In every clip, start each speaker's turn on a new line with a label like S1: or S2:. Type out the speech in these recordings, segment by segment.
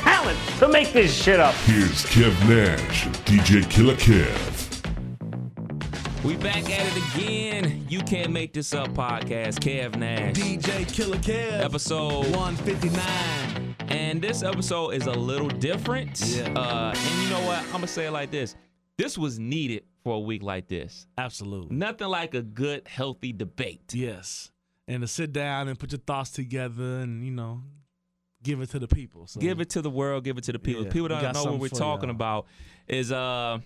S1: talent to make this shit up.
S2: Here's Kev Nash and DJ Killer Kev.
S3: We back at it again. You can't make this up podcast. Kev Nash.
S4: DJ Killer Kev.
S3: Episode
S4: 159.
S3: And this episode is a little different.
S4: Yeah.
S3: Uh, and you know what? I'm going to say it like this. This was needed for a week like this.
S4: Absolutely.
S3: Nothing like a good, healthy debate.
S4: Yes. And to sit down and put your thoughts together and, you know, give it to the people. So
S3: Give it to the world, give it to the people.
S4: Yeah,
S3: people
S4: we
S3: don't
S4: got
S3: know what
S4: something
S3: we're
S4: for
S3: talking
S4: y'all.
S3: about. Is uh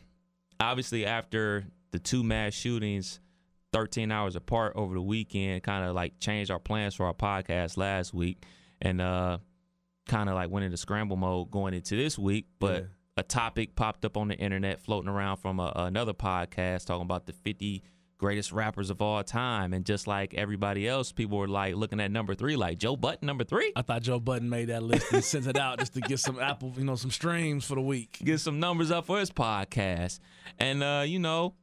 S3: obviously after the two mass shootings 13 hours apart over the weekend, kind of like changed our plans for our podcast last week and uh kind of like went into scramble mode going into this week, but
S4: Yeah.
S3: a topic popped up on the internet floating around from a, another podcast talking about the 50 greatest rappers of all time and just like everybody else people were like looking at number 3 like Joe Button number 3
S4: I thought Joe Button made that list and sent it out just to get some Apple, you know, some streams for the week.
S3: get some numbers up for his podcast. And uh, you know,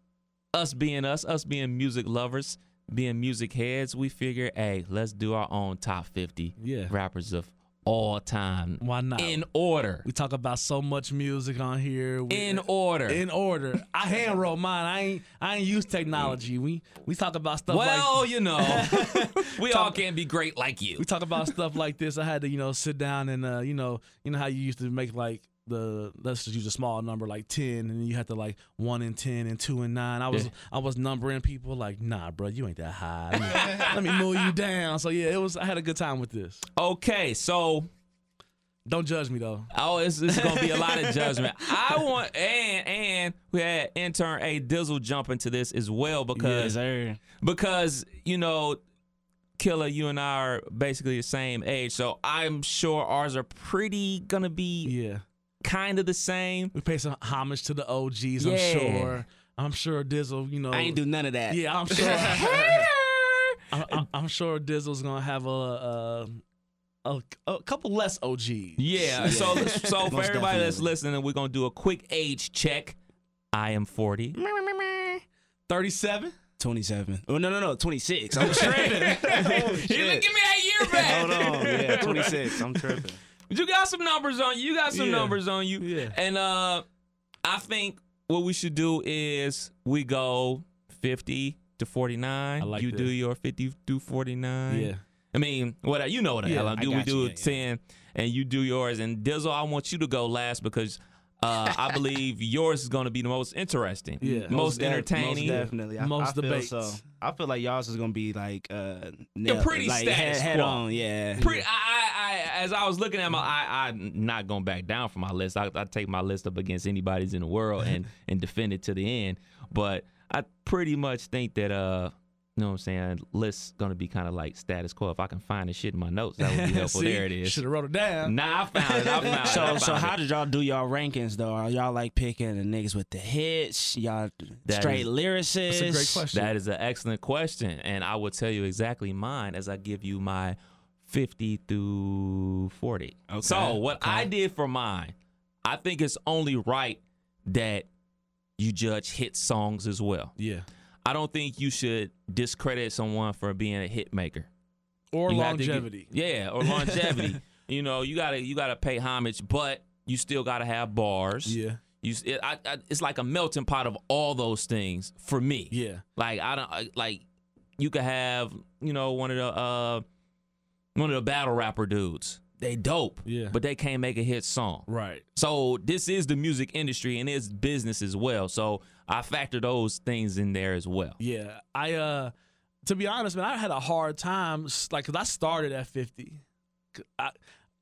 S3: us being us, us being music lovers, being music heads, we figure, hey, let's do our own top fifty
S4: Yeah.
S3: rappers of all time.
S4: Why not?
S3: In order.
S4: we talk about so much music on here. We-
S3: In order.
S4: In order. I hand roll mine. I ain't I ain't use technology. We we talk about stuff like
S3: well, you know, we all can't be great like you.
S4: we talk about stuff like this. I had to, you know, sit down and, uh, you know, you know how you used to make like the let's just use a small number like ten, and you had to like one and ten and two and nine. I was
S3: Yeah.
S4: I was numbering people like, nah, bro, you ain't that high. Let me, let me move you down. So yeah, it was. I had a good time with this.
S3: Okay, so
S4: Don't judge me though.
S3: Oh, it's, it's gonna be a lot of judgment. I want and and we had intern A Dizzle jump into this as well because because you know, Killer, you and I are basically the same age, so I'm sure ours are pretty gonna be
S4: Yeah,
S3: kind of the same.
S4: we pay some homage to the OGs. I'm
S3: Yeah.
S4: sure. I'm sure Dizzle. You know,
S5: I ain't do none of that.
S4: Yeah, I'm sure. I, I, I'm sure Dizzle's gonna have a a, a, a couple less OGs.
S3: Yeah. So so for
S5: Most
S3: everybody that's
S5: definitely.
S3: listening, we're gonna do a quick age check. I am 40.
S4: 37.
S5: 27. Oh, no, no, no. 26. I'm tripping.
S3: Give me that year
S5: Oh, Hold on. Yeah, 26. I'm tripping.
S3: But you got some numbers on you. You got some
S4: Yeah.
S3: numbers on you.
S4: Yeah.
S3: And uh, I think what we should do is we go 50 to 49.
S4: I like
S3: you
S4: that.
S3: do your 50 through 49.
S4: Yeah.
S3: I mean, what I- you know what the
S4: Yeah,
S3: hell I
S5: I
S3: do. we
S5: got
S3: do
S5: you. Yeah,
S3: 10 and you do yours. And Dizzle, I want you to go last because uh, I believe yours is going to be the most interesting,
S4: Yeah.
S3: most,
S5: def-
S3: entertaining.
S5: most definitely. I,
S4: Most
S5: I feel
S4: debates.
S5: so. I feel like y'all's is going to be like, uh, nailed-
S3: pretty
S5: like, head,
S3: status
S5: head
S3: quo.
S5: on. Yeah.
S3: Pre- I, I, I, as I was looking at my, I, I'm not going back down from my list. I, I take my list up against anybody's in the world and and defend it to the end. But I pretty much think that, uh, you know what I'm saying? List's gonna be kind of like status quo. If I can find the shit in my notes, that would be helpful. there it is.
S4: Should have wrote it down.
S3: Nah, I found it. I found it. I
S5: So,
S3: found
S5: so how
S3: it.
S5: did y'all do y'all rankings though? Are y'all like picking the niggas with the hits? Y'all
S3: That
S5: straight
S3: is-
S4: That's
S5: lyricists?
S4: a great question.
S3: That is an excellent question, and I will tell you exactly mine as I give you my 50 through 40.
S5: Okay,
S3: So what I did for mine, I think it's only right that you judge hit songs as well.
S4: yeah.
S3: I don't think you should discredit someone for being a hit maker
S4: Or
S3: You have to give-
S4: longevity.
S3: yeah, or longevity. you know, you gotta you gotta pay homage, but you still gotta have bars.
S4: yeah.
S3: You, s- it, I, I, it's like a melting pot of all those things for me.
S4: Yeah.
S3: Like I don't I- like you could have you know one of the uh one of the battle rapper dudes. They dope,
S4: Yeah.
S3: but they can't make a hit song.
S4: Right.
S3: So this is the music industry and it's business as well. So I factor those things in there as well.
S4: Yeah. I uh to be honest, man, I had a hard time s- like cuz I started at 50. C- I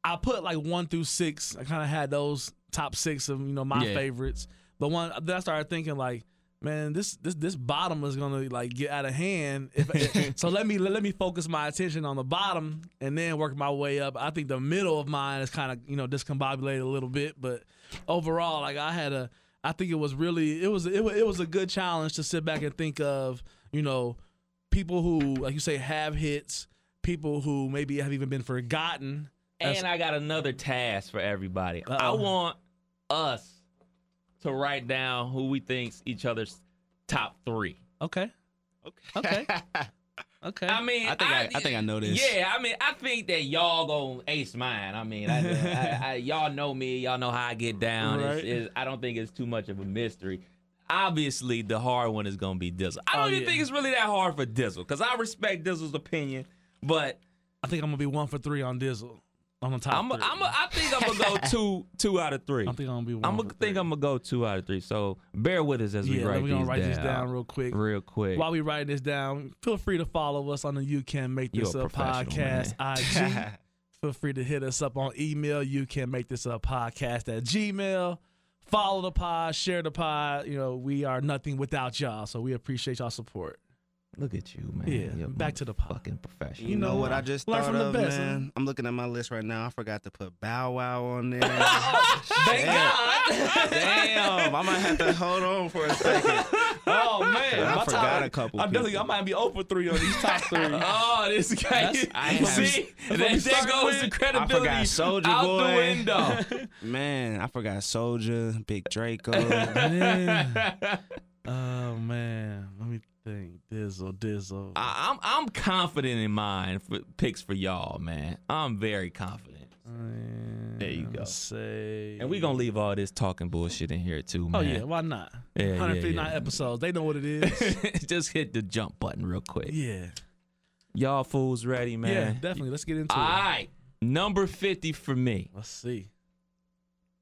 S4: I put like 1 through 6. I kind of had those top 6 of, you know, my
S3: Yeah.
S4: favorites. But one then I started thinking like man, this this this bottom is gonna like get out of hand. If, so let me let me focus my attention on the bottom and then work my way up. I think the middle of mine is kind of you know discombobulated a little bit, but overall, like I had a, I think it was really it was it, wa- it was a good challenge to sit back and think of you know people who like you say have hits, people who maybe have even been forgotten. That's-
S3: And I got another task for everybody. I want us to write down who we thinks each other's top three.
S4: Okay, okay, okay, okay.
S3: I mean,
S5: I think I, I think I know this.
S3: Yeah, I mean, I think that y'all gonna ace mine. I mean, I, I, I, y'all know me. Y'all know how I get down. It's,
S4: Right.
S3: it's, I don't think it's too much of a mystery. Obviously, the hard one is gonna be Dizzle. I don't
S4: Oh,
S3: even
S4: yeah.
S3: think it's really that hard for Dizzle because I respect Dizzle's opinion, but
S4: I think I'm gonna be one for three on Dizzle on the top.
S3: I'm, a,
S4: three.
S3: I'm, a, I think I'm gonna go two, two out of three.
S4: I think I'm gonna be one.
S3: I'm
S4: for
S3: gonna
S4: three.
S3: think I'm gonna go two out of three. So bear with us as we
S4: yeah,
S3: write,
S4: then we're gonna
S3: these
S4: write
S3: down,
S4: this down real quick.
S3: real quick.
S4: While we writing this down, feel free to follow us on the You Can Make
S3: You
S4: This
S3: a
S4: Up
S3: professional,
S4: podcast IG. feel free to hit us up on email. You can make this up podcast at Gmail. Follow the pod, share the pod. You know we are nothing without y'all, so we appreciate y'all support.
S3: Look at you, man.
S4: Yeah,
S3: You're
S4: back to the pod.
S3: fucking professional.
S5: You know what I just
S4: Learn
S5: thought
S4: from the
S5: of,
S4: best,
S5: man? I'm looking at my list right now. I forgot to put Bow Wow on there. Damn,
S3: Thank God.
S5: I might have to hold on for a second.
S3: Oh man,
S5: I
S3: My
S5: forgot
S3: time-
S5: a couple.
S4: I'm definitely, I might be over three on these top three.
S3: Oh, this guy.
S4: That's- I
S3: You
S5: have-
S3: see,
S4: that's what
S3: that,
S4: we
S3: that
S4: started
S3: goes
S4: with.
S3: to credibility
S5: I forgot Soulja
S3: out the
S5: Boy.
S3: window.
S5: people. Man, I forgot Soldier, Big Draco.
S4: Man. oh man, let me think. Dizzle, Dizzle.
S3: I, I'm I'm confident in mine for, picks for y'all, man. I'm very confident,
S4: there
S3: you go.
S4: Say,
S3: and we gonna leave all this talking bullshit in here too,
S4: Oh
S3: man.
S4: yeah, why not?
S3: Yeah, yeah,
S4: 159
S3: yeah.
S4: episodes. They know what it is.
S3: Just hit the jump button real quick.
S4: yeah.
S3: Y'all fools ready, man? Ah.
S4: Yeah, definitely. Let's get into
S3: All
S4: it.
S3: right, number fifty for me,
S4: Let's see.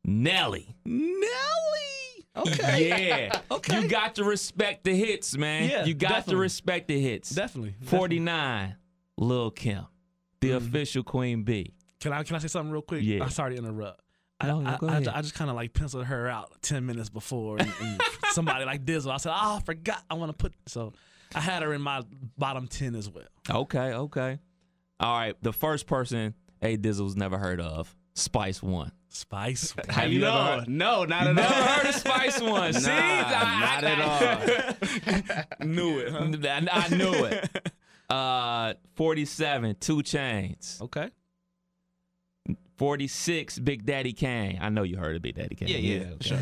S3: Nelly.
S4: Nelly. Okay.
S3: Yeah.
S4: Okay.
S3: You got to respect the hits, man.
S4: Yeah,
S3: you got
S4: definitely.
S3: to respect the hits.
S4: Definitely.
S3: 49, Lil Kim, the official Queen B.
S4: Can I can I say something real quick?
S3: Yeah.
S4: I'm sorry to interrupt. I,
S3: No, no,
S4: I,
S3: go
S4: I,
S3: ahead.
S4: ju- I just kind of like penciled her out 10 minutes before and, and somebody like Dizzle. I said, oh, I forgot. I want to put. So I had her in my bottom 10 as well.
S3: Okay, okay. All right, the first person A Dizzle's never heard of, Spice One.
S4: Spice.
S3: How you
S5: no,
S3: never heard?
S5: no, not at
S3: Never
S5: all.
S3: heard of Spice One. See,
S5: Nah,
S3: I,
S5: not at
S3: all. knew it. I, I knew it. Uh, 47, Two Chains.
S4: okay.
S3: 46, Big Daddy Kane. I know you heard of Big Daddy Kane. Yeah, yeah, sure.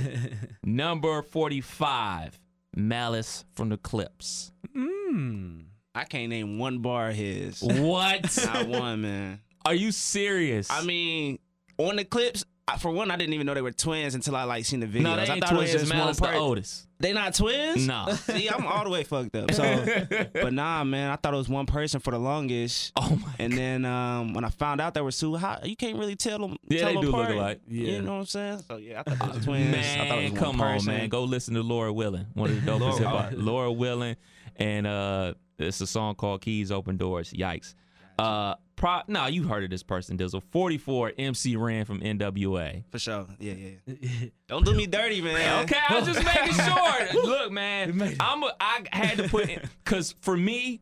S3: Number 45, Malice from the Clips.
S4: Mm.
S5: I can't name one bar of his.
S3: What?
S5: not one, man.
S3: Are you serious?
S5: I mean, on the clips, I, for one, I didn't even know they were twins until I like seen the videos.
S3: no, they
S5: I
S3: ain't
S5: thought
S3: twins.
S5: it was just
S3: Malice
S5: one
S3: the
S5: part.
S3: Otis.
S5: They not twins?
S3: Nah.
S5: See, I'm all the way fucked up. So, but nah, man, I thought it was one person for the longest.
S3: Oh my.
S5: And then um, when I found out there was two, how, you can't really tell them.
S3: Yeah,
S5: tell
S3: they
S5: 'em
S3: do look
S5: apart.
S3: alike. Uh,
S4: Yeah.
S5: You know what I'm saying? So yeah, I thought it was twins. I thought it
S3: Man,
S5: was one
S3: come on,
S5: person.
S3: man. Go listen to Laura Willing, one of the dopest hip hop. Laura Willing, and uh, it's a song called Keys Open Doors. Yikes. Uh, pro- no, nah, you heard of this person, Dizzle. 44 MC Ran from NWA.
S5: For sure. Yeah, yeah. yeah. Don't do me dirty, man.
S3: Okay, I was just making sure. Look, man, I'm a, I had to put in because for me,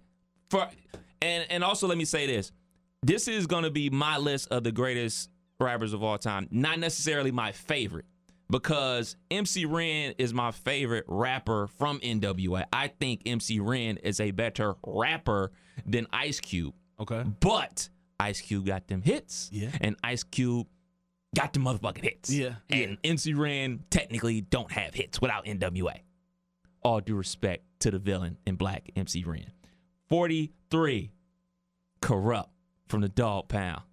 S3: for and and also let me say this: this is gonna be my list of the greatest rappers of all time. Not necessarily my favorite because MC Ren is my favorite rapper from NWA. I think MC Ren is a better rapper than Ice Cube,
S4: Okay.
S3: but Ice Cube got them hits,
S4: Yeah.
S3: and Ice Cube got the motherfucking hits.
S4: Yeah.
S3: And MC Ren technically don't have hits without NWA. All due respect to the villain in black, MC Ren. 43, corrupt from the dog pound.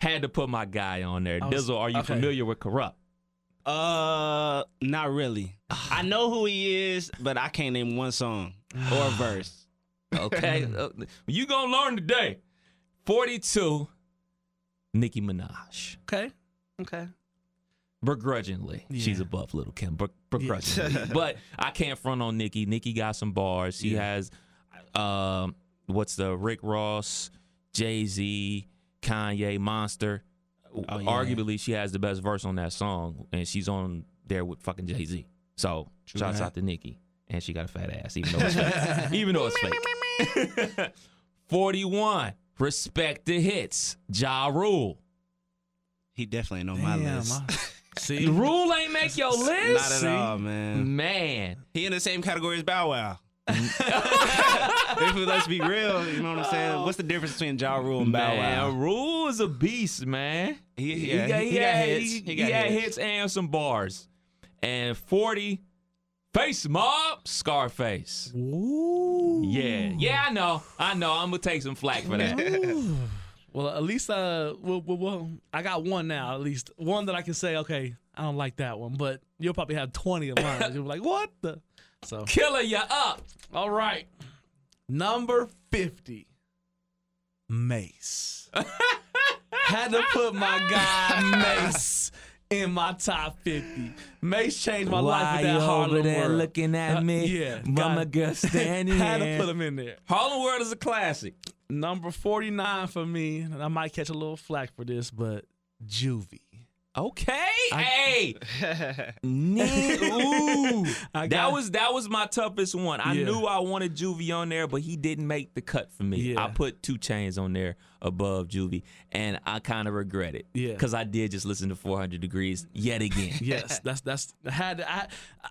S3: Had to put my guy on there.
S4: I was-
S3: Dizzle, are you
S4: okay.
S3: familiar with corrupt?
S5: Uh, not really. I know who he is, but I can't name one song or a verse.
S3: Okay. Uh, you gonna learn today. 42, Nicki Minaj.
S4: Okay. Okay.
S3: begrudgingly. She's
S4: Yeah.
S3: above Little Kim, but begrudgingly. but I can't front on Nikki. Nikki got some bars. She has, um, what's the Rick Ross, Jay Z, Kanye, Monster.
S5: yeah.
S4: Oh,
S3: Arguably, she has the best verse on that song, and she's on there with fucking Jay Z. So shouts
S5: that.
S3: out to Nikki, and she got a fat ass, even though it's fake. even though it's fake. Forty-one. Respect the hits. Ja Rule.
S5: He definitely ain't on my
S4: Damn,
S5: list.
S4: I- see,
S3: Rule ain't make your
S5: Not
S3: list.
S5: at all,
S3: Mm.
S5: man.
S3: Man,
S5: He in the same category as Bow Wow. if we- let's be real, you know what I'm saying? What's the difference between Ja Rule and Bow
S3: man,
S5: Wow?
S3: Rule is a beast, man.
S5: He, yeah, he, he got
S3: had-
S5: hits.
S3: He,
S5: He got
S3: he had
S5: hits.
S3: hits and some bars. And 40, Face Mob, Scarface. Yeah, yeah, I know. I know. I'm going to take some flack for that.
S4: well, at least uh, well, well, well, I got one now. At least one that I can say, okay, I don't like that one, but you'll probably have twenty of mine. You'll be like, what the? So,
S3: Killer, you up.
S4: all right, number fifty, Mace. Had to put my guy Mace in my top fifty. Mace changed my life with that Harlem World. Uh, yeah, got it. Had to put him in there.
S3: Harlem World is a classic.
S4: Number 49 for me, and I might catch a little flack for this, but Juvie.
S3: Okay. hey. Nick, ooh.
S4: I
S3: that
S4: got-
S3: was that was my toughest one. I
S4: Yeah.
S3: knew I wanted Juvie on there, but he didn't make the cut for me.
S4: Yeah.
S3: I put two chains on there above Juvie, and I kind of regret it.
S4: Yeah.
S3: Because I did just listen to 400 Degrees yet again.
S4: Yes, that's that's I had I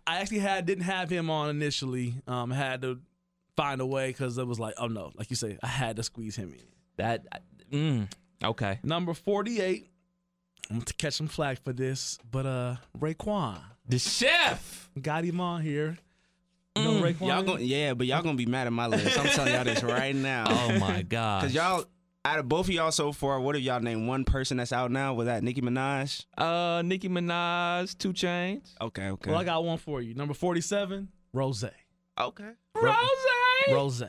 S4: I actually had didn't have him on initially. Um, had to find a way because it was like, oh no, like you say, I had to squeeze him in.
S3: That, mm, okay.
S4: Number 48. I'm gonna catch some flack for this, but uh, Raekwon
S3: The chef. Mm.
S4: got him on here. You know Raekwon?
S5: Y'all
S4: is?
S5: gonna, yeah, but y'all gonna be mad at my list. I'm telling y'all this right now.
S3: Oh my God.
S5: Cause y'all, out of both of y'all so far, what if y'all name one person that's out now? Was that Nicki Minaj?
S3: uh, Nicki Minaj, two chains.
S5: Okay, okay,
S4: Well, I got one for you. Number 47, Rose.
S5: okay.
S3: Rose.
S4: Rose.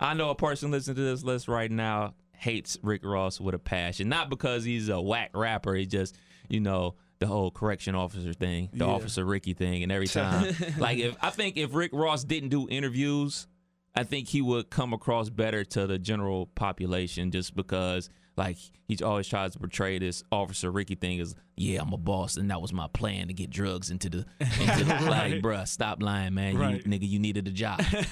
S3: I know a person listening to this list right now hates Rick Ross with a passion. Not because he's a whack rapper. It's just, you know, the whole correction officer thing, the
S4: Yeah.
S3: officer Ricky thing, and every time. like if I think if Rick Ross didn't do interviews, I think he would come across better to the general population just because like he always tries to portray this officer Ricky thing as yeah I'm a boss and that was my plan to get drugs into the into the like bruh stop lying man
S4: Right.
S3: you, nigga you needed a job and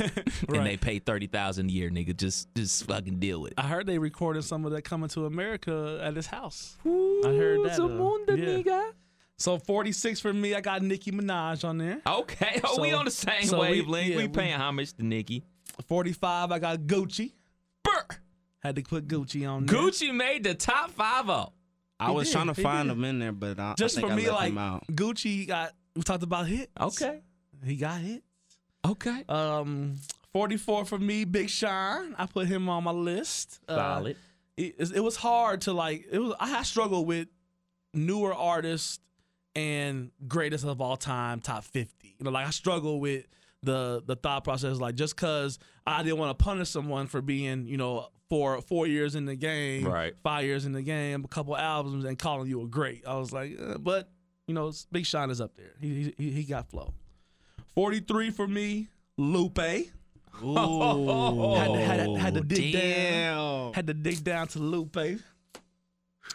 S3: they
S4: Right.
S3: pay thirty thousand a year, nigga. Just just fucking deal with it.
S4: I heard they recorded some of that coming to America at his house. I heard that. uh, yeah. So 46 for me. I got Nicki Minaj on there.
S3: Okay, oh, we
S4: So-
S3: on the same
S4: so we-
S3: wavelength. We,
S4: yeah, we-
S3: paying homage to Nicki.
S4: 45, I got Gucci.
S3: Brr.
S4: Had to put Gucci on there.
S3: Gucci made the top five oh.
S5: I was
S4: did,
S5: trying to
S4: he
S5: find
S4: did.
S5: him in there, but I,
S4: Just
S5: I
S4: for
S5: think I
S4: me,
S5: left
S4: like
S5: him out.
S4: Gucci got. We talked about hits.
S3: Okay,
S4: he got hit.
S3: okay,
S4: Um, 44 for me, Big Sean. I put him on my list. Uh,
S3: solid.
S4: it, it's- it was hard to like it was I struggled with newer artists and greatest of all time top 50 you know like I struggled with the the thought process like just cuz I didn't want to punish someone for being you know for 4 years in the game
S3: Right.
S4: 5 years in the game a couple albums and calling you a great I was like eh, but you know Big Sean is up there he he, he got flow 43 for me Lupe
S5: Ooh.
S4: had to, had to, had to dig down
S5: Damn.
S4: had to dig down to Lupe.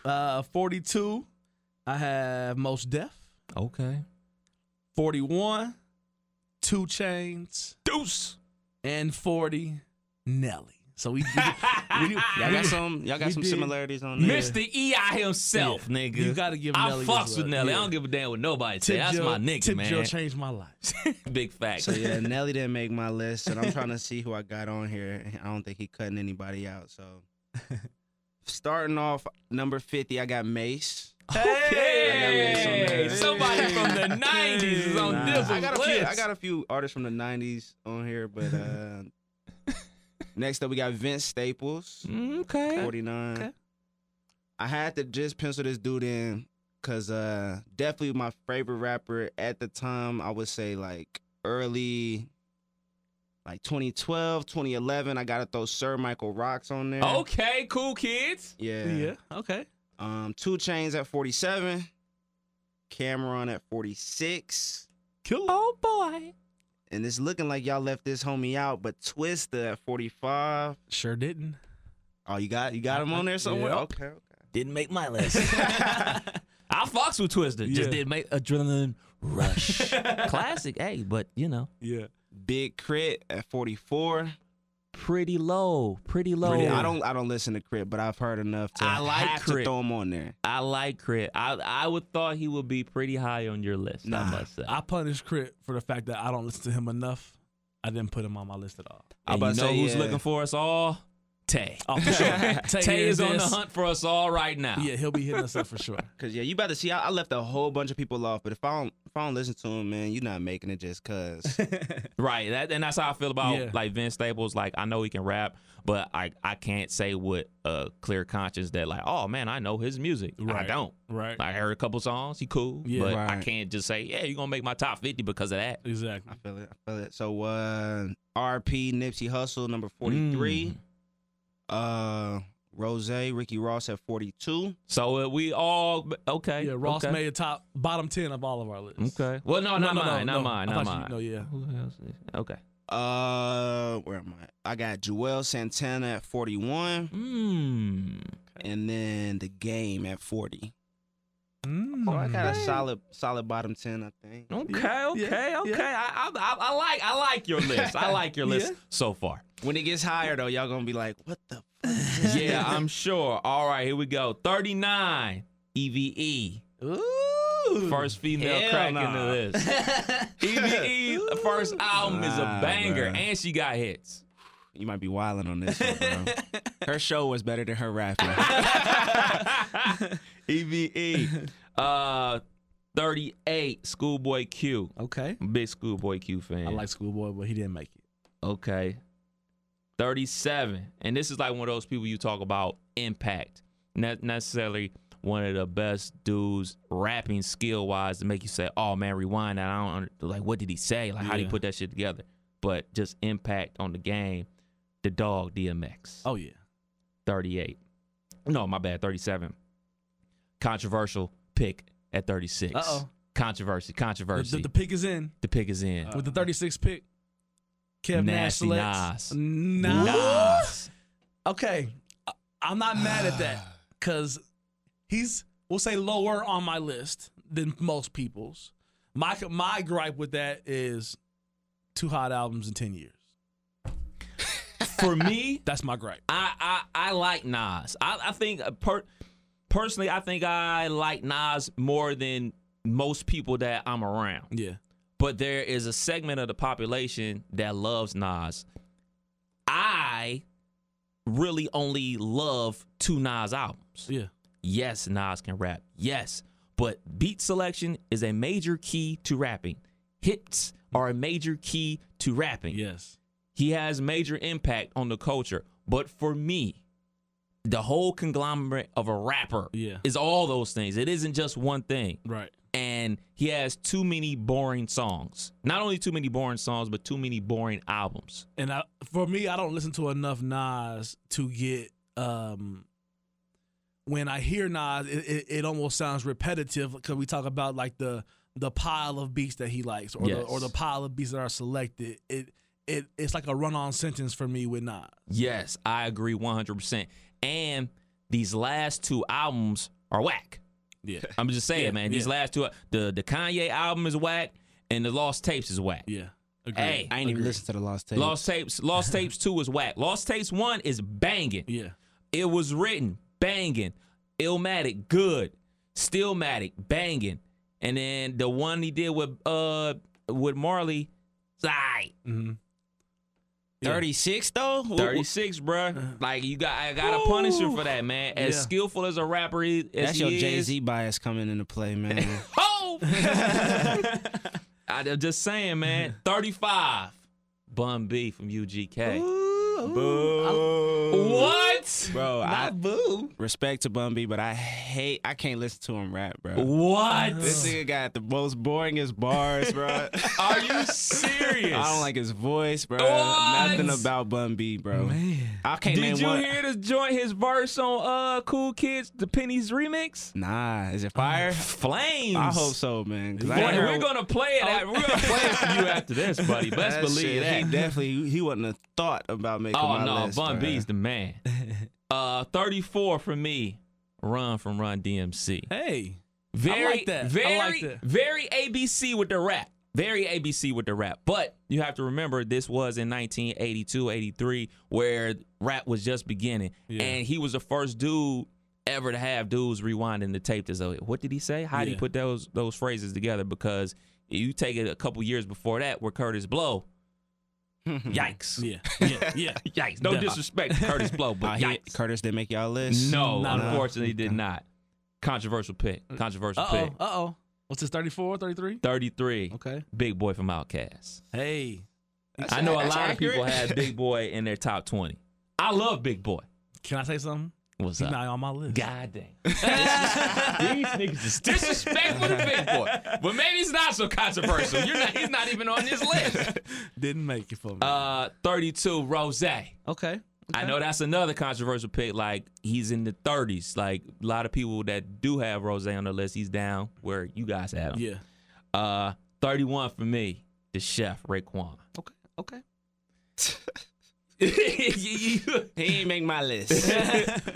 S4: Uh, 42, I have Most Def.
S3: Okay,
S4: 41, Two Chains.
S3: Deuce.
S4: And 40, Nelly. So we, we, we,
S5: Y'all got some. Y'all got
S4: we
S5: some
S4: did.
S5: similarities on there.
S3: Mr. E.I. E himself, nigga.
S4: You gotta give
S3: I
S4: Nelly his
S3: fucks with
S4: love.
S3: Nelly. I
S4: Yeah.
S3: don't give a damn what nobody say.
S4: Tip
S3: That's
S4: Joe-
S3: my nigga,
S4: Tip
S3: man.
S4: Joe changed my life.
S3: Big fact.
S5: So yeah, Nelly didn't make my list, and I'm trying to see who I got on here. I don't think he cutting anybody out. So, starting off number fifty, I got Mace.
S3: Hey,
S5: Hey.
S3: somebody from the '90s is on
S5: Nah,
S3: this
S5: I got a few.
S3: list.
S5: I got a few artists from the '90s on here, but uh, next up we got Vince Staples,
S3: Mm, Okay.
S5: 49.
S3: Okay.
S5: I had to just pencil this dude in because uh, definitely my favorite rapper at the time. I would say like early. Like 2012, 2011, I gotta throw Sir Michael Rocks on there.
S3: Okay, cool kids.
S5: Yeah.
S4: Yeah, okay.
S5: Um, Two Chains at 47, Cameron at 46.
S3: Oh boy.
S5: And it's looking like y'all left this homie out, but Twista at 45.
S4: Sure didn't.
S5: Oh, you got you got him on there somewhere?
S4: Yep.
S5: Okay, okay.
S3: Didn't make my list. I fucks with Twister.
S4: Yeah.
S3: Just didn't make adrenaline
S6: Rush.
S3: Classic, hey, but you know,
S4: Yeah.
S5: Big Crit at 44.
S3: pretty low, pretty low.
S5: Pretty- I don't I don't listen to Crit, but I've heard enough to
S3: I like
S5: have
S3: Crit.
S5: to throw him on there.
S3: I like Crit. I I would thought he would be pretty high on your list. I
S5: Nah.
S3: must say.
S4: I punish Crit for the fact that I don't listen to him enough. I didn't put him on my list at all.
S5: I
S3: And you know
S5: about to say,
S3: who's
S5: yeah.
S3: looking for us all? Tay.
S4: Oh, for sure. Tay,
S3: Tay is
S4: hears
S3: on the
S4: this.
S3: hunt for us all right now.
S4: Yeah, he'll be hitting us up for sure.
S5: Cause yeah, you about to see. I, I left a whole bunch of people off, but if I don't if I don't listen to him, man, you're not making it just cause.
S3: Right. That, and that's how I feel about
S4: Yeah.
S3: like Vince Staples. Like I know he can rap, but I I can't say with a clear conscience that like, oh man, I know his music. I
S4: Right.
S3: don't.
S4: Right.
S3: I heard a couple songs. He cool.
S4: Yeah.
S3: but I
S5: Right.
S3: can't just say, yeah, you're gonna make my top fifty because of that.
S4: Exactly.
S5: I feel it. I feel it. So uh, RP Nipsey Hustle number 43. Uh, Rose Ricky Ross at 42.
S3: So uh, we all okay.
S4: Yeah, Ross
S3: okay.
S4: made a top bottom ten of all of our lists.
S3: Okay. Well, no, not mine. not mine.
S4: I
S3: Not
S4: thought
S3: mine.
S4: You, no, yeah.
S3: Who else is- Okay.
S5: Uh, where am I? I got Joel Santana at 41,
S4: Hmm.
S3: Mm.
S5: and then the game at 40.
S4: Mm.
S5: So I got a solid, solid bottom 10, I think.
S3: Okay. okay. okay. I, I, I, I like. I like your list. I like your list so far.
S5: When it gets higher though, y'all gonna be like, what the? Fuck?
S3: Yeah, I'm sure. All right, here we go. 39 EVE. Ooh. E. First female
S5: Hell
S3: crack
S5: nah.
S3: into this. E EVE first album is a
S5: Nah,
S3: banger,
S5: bruh.
S3: and she got hits.
S5: You might be wilding on this. One, bro. her show was better than her rapping. E
S3: EVE. Uh, 38 Schoolboy Q.
S4: Okay.
S3: Big Schoolboy Q fan.
S4: I like Schoolboy, but he didn't make it.
S3: Okay. 37. And this is like one of those people you talk about impact. Not necessarily one of the best dudes rapping skill wise to make you say, oh man, rewind that. I don't under- like what did he say? Like how do you
S4: Yeah.
S3: put that shit together? But just impact on the game. The dog DMX.
S4: Oh yeah.
S3: 38. No, my bad, 37. Controversial pick at 36.
S4: Uh-oh.
S3: Controversy,
S4: The,
S3: controversy.
S4: the,
S3: The,
S4: the pick is in
S3: pick is in.
S4: with the 36 pick. Kev Nash
S3: Uh, Nasty
S4: selects.
S3: Nas.
S4: Nas.
S3: Nas.
S4: Okay. I- I'm not mad at that because he's, we'll say, lower on my list than most people's. My, my gripe with that is two hot albums in 10 years.
S3: For me,
S4: That's my gripe.
S3: I I, I like Nas. I, I think uh, per, personally, I think I like Nas more than most people that I'm around.
S4: Yeah.
S3: But there is a segment of the population that loves Nas. I really only love two Nas albums.
S4: Yeah.
S3: Yes, Nas can rap. Yes, but beat selection is a major key to rapping. Hits are a major key to rapping.
S4: Yes.
S3: He has major impact on the culture. But for me, the whole conglomerate of a rapper
S4: Yeah.
S3: is all those things. It isn't just one thing.
S4: Right.
S3: And he has too many boring songs. Not only too many boring songs, but too many boring albums.
S4: and I, for me, I don't listen to enough Nas to get. um When I hear Nas, it, it, it almost sounds repetitive because we talk about like the the pile of beats that he likes, or the
S3: Yes.
S4: or the pile of beats that are selected. It it it's like a run on sentence for me with Nas.
S3: Yes, I agree 100%. And these last two albums are whack.
S4: Yeah,
S3: I'm just saying,
S4: Yeah,
S3: man. These
S4: yeah.
S3: last two, the, the Kanye album is whack and the Lost Tapes is whack.
S4: yeah. Agreed.
S3: Hey,
S5: I ain't even listened to the Lost Tape.
S3: Lost Tapes, Lost Tapes 2 is whack. Lost Tapes 1 is banging.
S4: yeah,
S3: It was written, banging. Illmatic, good. Stillmatic, banging. And then the one he did with uh with Marley, sigh.
S4: hmm
S5: 36 though. Wh- wh-
S3: 36, bruh. Like you got I gotta punish him for that, man. As
S4: Yeah.
S3: skillful as a rapper is as
S5: That's
S3: he
S5: your
S3: is-
S5: Jay Z bias coming into play, man.
S3: Oh I'm just saying, man. 35. Bun B from UGK.
S5: boo.
S3: What?
S5: Bro, I
S3: boo.
S5: respect to Bun B, but I hate. I can't listen to him rap, bro.
S3: What?
S5: This nigga got the most boringest bars, bro.
S3: Are you serious?
S5: I don't like his voice, bro.
S3: What?
S5: Nothing about Bun B, bro. I can't name
S3: Did you
S5: one.
S3: hear this joint? His verse on uh Cool Kids, the Pennies remix.
S5: Nah, is it fire?
S3: Flames.
S5: I hope so, man. 'cause I
S3: Oh, Boy,
S5: ain't
S3: we're
S5: heard-
S3: gonna play it. at- we're gonna play it for you after this, buddy. Best
S5: That
S3: believe
S5: shit, He
S3: that.
S5: definitely he wouldn't have thought about making
S3: oh
S5: my
S3: no,
S5: list.
S3: Bun
S5: bruh.
S3: B's the man. Uh, 34 for me. Run from Run DMC.
S4: hey,
S3: Very,
S4: that. I
S3: very,
S4: like that.
S3: very ABC with the rap. Very ABC with the rap. But you have to remember, this was in 1982, 83, where rap was just beginning,
S4: Yeah.
S3: and he was the first dude ever to have dudes rewinding the tape. As though, what did he say? How did he
S4: Yeah.
S3: put those those phrases together? Because you take it a couple years before that, where Curtis Blow. Yikes!
S4: Yeah, yeah, yeah.
S3: Yikes! No
S4: Yeah.
S3: disrespect, to Curtis Blow,
S5: I
S3: but
S5: hear
S3: yikes.
S5: Curtis didn't make y'all list.
S3: No,
S4: Not at all.
S3: unfortunately, did not. Controversial pick. Controversial
S4: Uh oh.
S3: pick.
S4: Uh oh. What's this? 34, 33?
S3: 33.
S4: Okay.
S3: Big Boy from Outkast.
S4: Hey.
S3: I know a lot of people
S5: accurate.
S3: had Big Boy in their top 20. I love Big Boy.
S4: Can I say something?
S3: What's
S4: He's
S3: up?
S4: not on my list.
S3: God dang. These niggas is disrespectful to Big Boy. But maybe it's not so controversial. You're not, he's not even on this list.
S4: Didn't make it for me.
S3: Uh, 32, Rose.
S4: okay.
S3: I know that's another controversial pick. Like he's in the 30s. Like a lot of people that do have Rose on their list, he's down where you guys had him.
S4: Yeah.
S3: Uh, 31 for me, the chef Raekwon.
S4: Okay. Okay.
S5: He ain't make my list.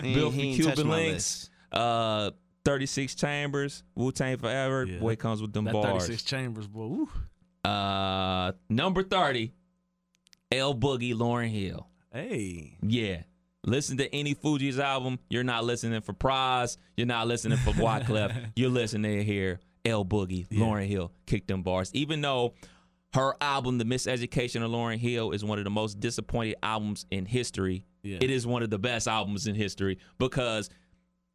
S3: Bill
S5: he
S3: from
S5: ain't touch
S3: Cuban
S5: my
S3: Links. Uh, 36 Chambers, Wu Tang Forever.
S4: Yeah,
S3: Boy
S4: that-
S3: comes with them
S4: That
S3: bars.
S4: 36 chambers, boy. Woo.
S3: Uh, number 30, L Boogie, Lauren Hill.
S4: Hey.
S3: Yeah. Listen to any Fuji's album. You're not listening for Prize. You're not listening for Wyclef. You're listening here. L Boogie, Lauren Hill, kick them bars. Even though her album, The Miseducation of Lauren Hill, is one of the most disappointed albums in history.
S4: Yeah.
S3: It is one of the best albums in history because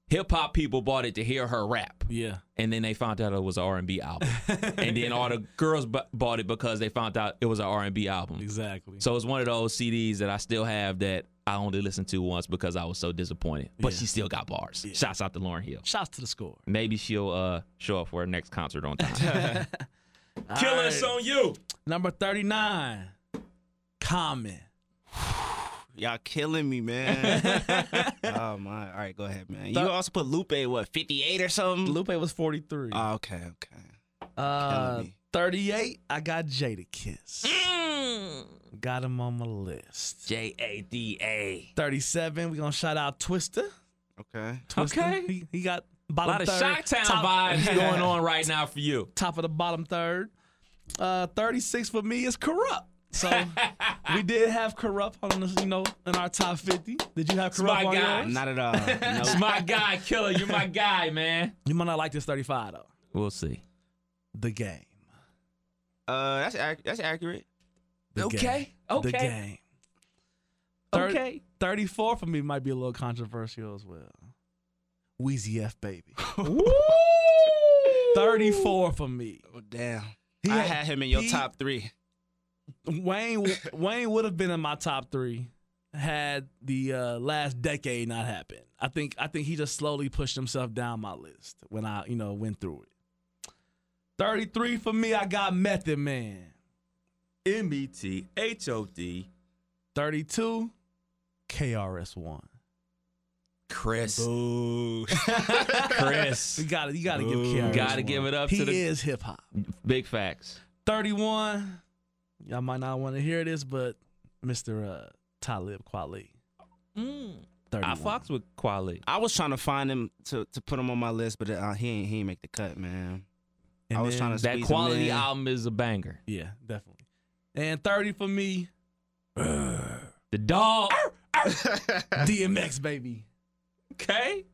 S3: hip hop people bought it to hear her rap
S4: Yeah.
S3: and then they found out it was an R&B album. and then all the girls bu- bought it because they found out it was an R&B album.
S4: Exactly.
S3: So it's one of those CDs that I still have that I only listened to once because I was so disappointed. But
S4: Yeah.
S3: she still got bars. Shouts out to Lauren Hill.
S4: Shouts to the score.
S3: Maybe she'll uh, show up for her next concert on time.
S4: All
S3: Killing
S4: right.
S3: us on you.
S4: Number 39. Common.
S5: Y'all killing me, man. oh my! All right, go ahead, man. You also put Lupe what fifty eight or something?
S4: Lupe was 43.
S5: Oh, okay, okay.
S4: Uh,
S5: Killing me.
S4: 38, I got Jada Kiss.
S3: Mm.
S4: Got him on my list.
S3: J A D A.
S4: 37, we going to shout out Twister.
S5: Okay.
S4: Twister,
S3: Okay.
S4: He, he got
S3: A
S4: bottom
S3: lot of
S4: third.
S3: Shock Town
S4: top,
S3: vibes going on right now for you.
S4: Top of the bottom third. Uh, 36 for me is Corrupt. So we did have Corrupt on this, you know, in our top 50. Did you have Corrupt
S3: my
S4: on
S3: guy.
S4: yours?
S5: Not at all. No.
S3: It's my guy, Killer. You're my guy, man.
S4: You might not like this 35, though.
S3: We'll see.
S4: The Game.
S5: Uh, that's ac- that's accurate.
S4: The
S3: Okay,
S4: Game. The
S3: okay.
S4: Game. Thir-
S3: Okay.
S4: 34 for me might be a little controversial as well. Wheezy F baby. 34 for me.
S5: Oh, damn.
S4: He
S5: I
S4: had-
S5: had him in your
S4: he-
S5: top three.
S4: Wayne w- Wayne would have been in my top 3 had the uh, last decade not happened. I think I think he just slowly pushed himself down my list when I, you know, went through it. 33 for me, I got Method Man.
S3: M E T H O D.
S4: 32 KRS1.
S3: Chris. Chris.
S4: You got to you got to give KRS1.
S3: Gotta give it up
S4: He
S3: to the-
S4: is hip hop.
S3: Big facts.
S4: 31. Y'all might not want to hear this, but Mr. Uh, Talib Kweli. Mm.
S3: I fucks with Quali.
S5: I was trying to find him to, to put him on my list, but uh, he ain't he ain't make the cut, man. I was trying to
S3: That
S5: squeeze him
S3: quality
S5: in.
S3: album is a banger.
S4: Yeah, definitely. And 30 for me,
S3: The dog.
S4: DMX, baby.
S3: Okay.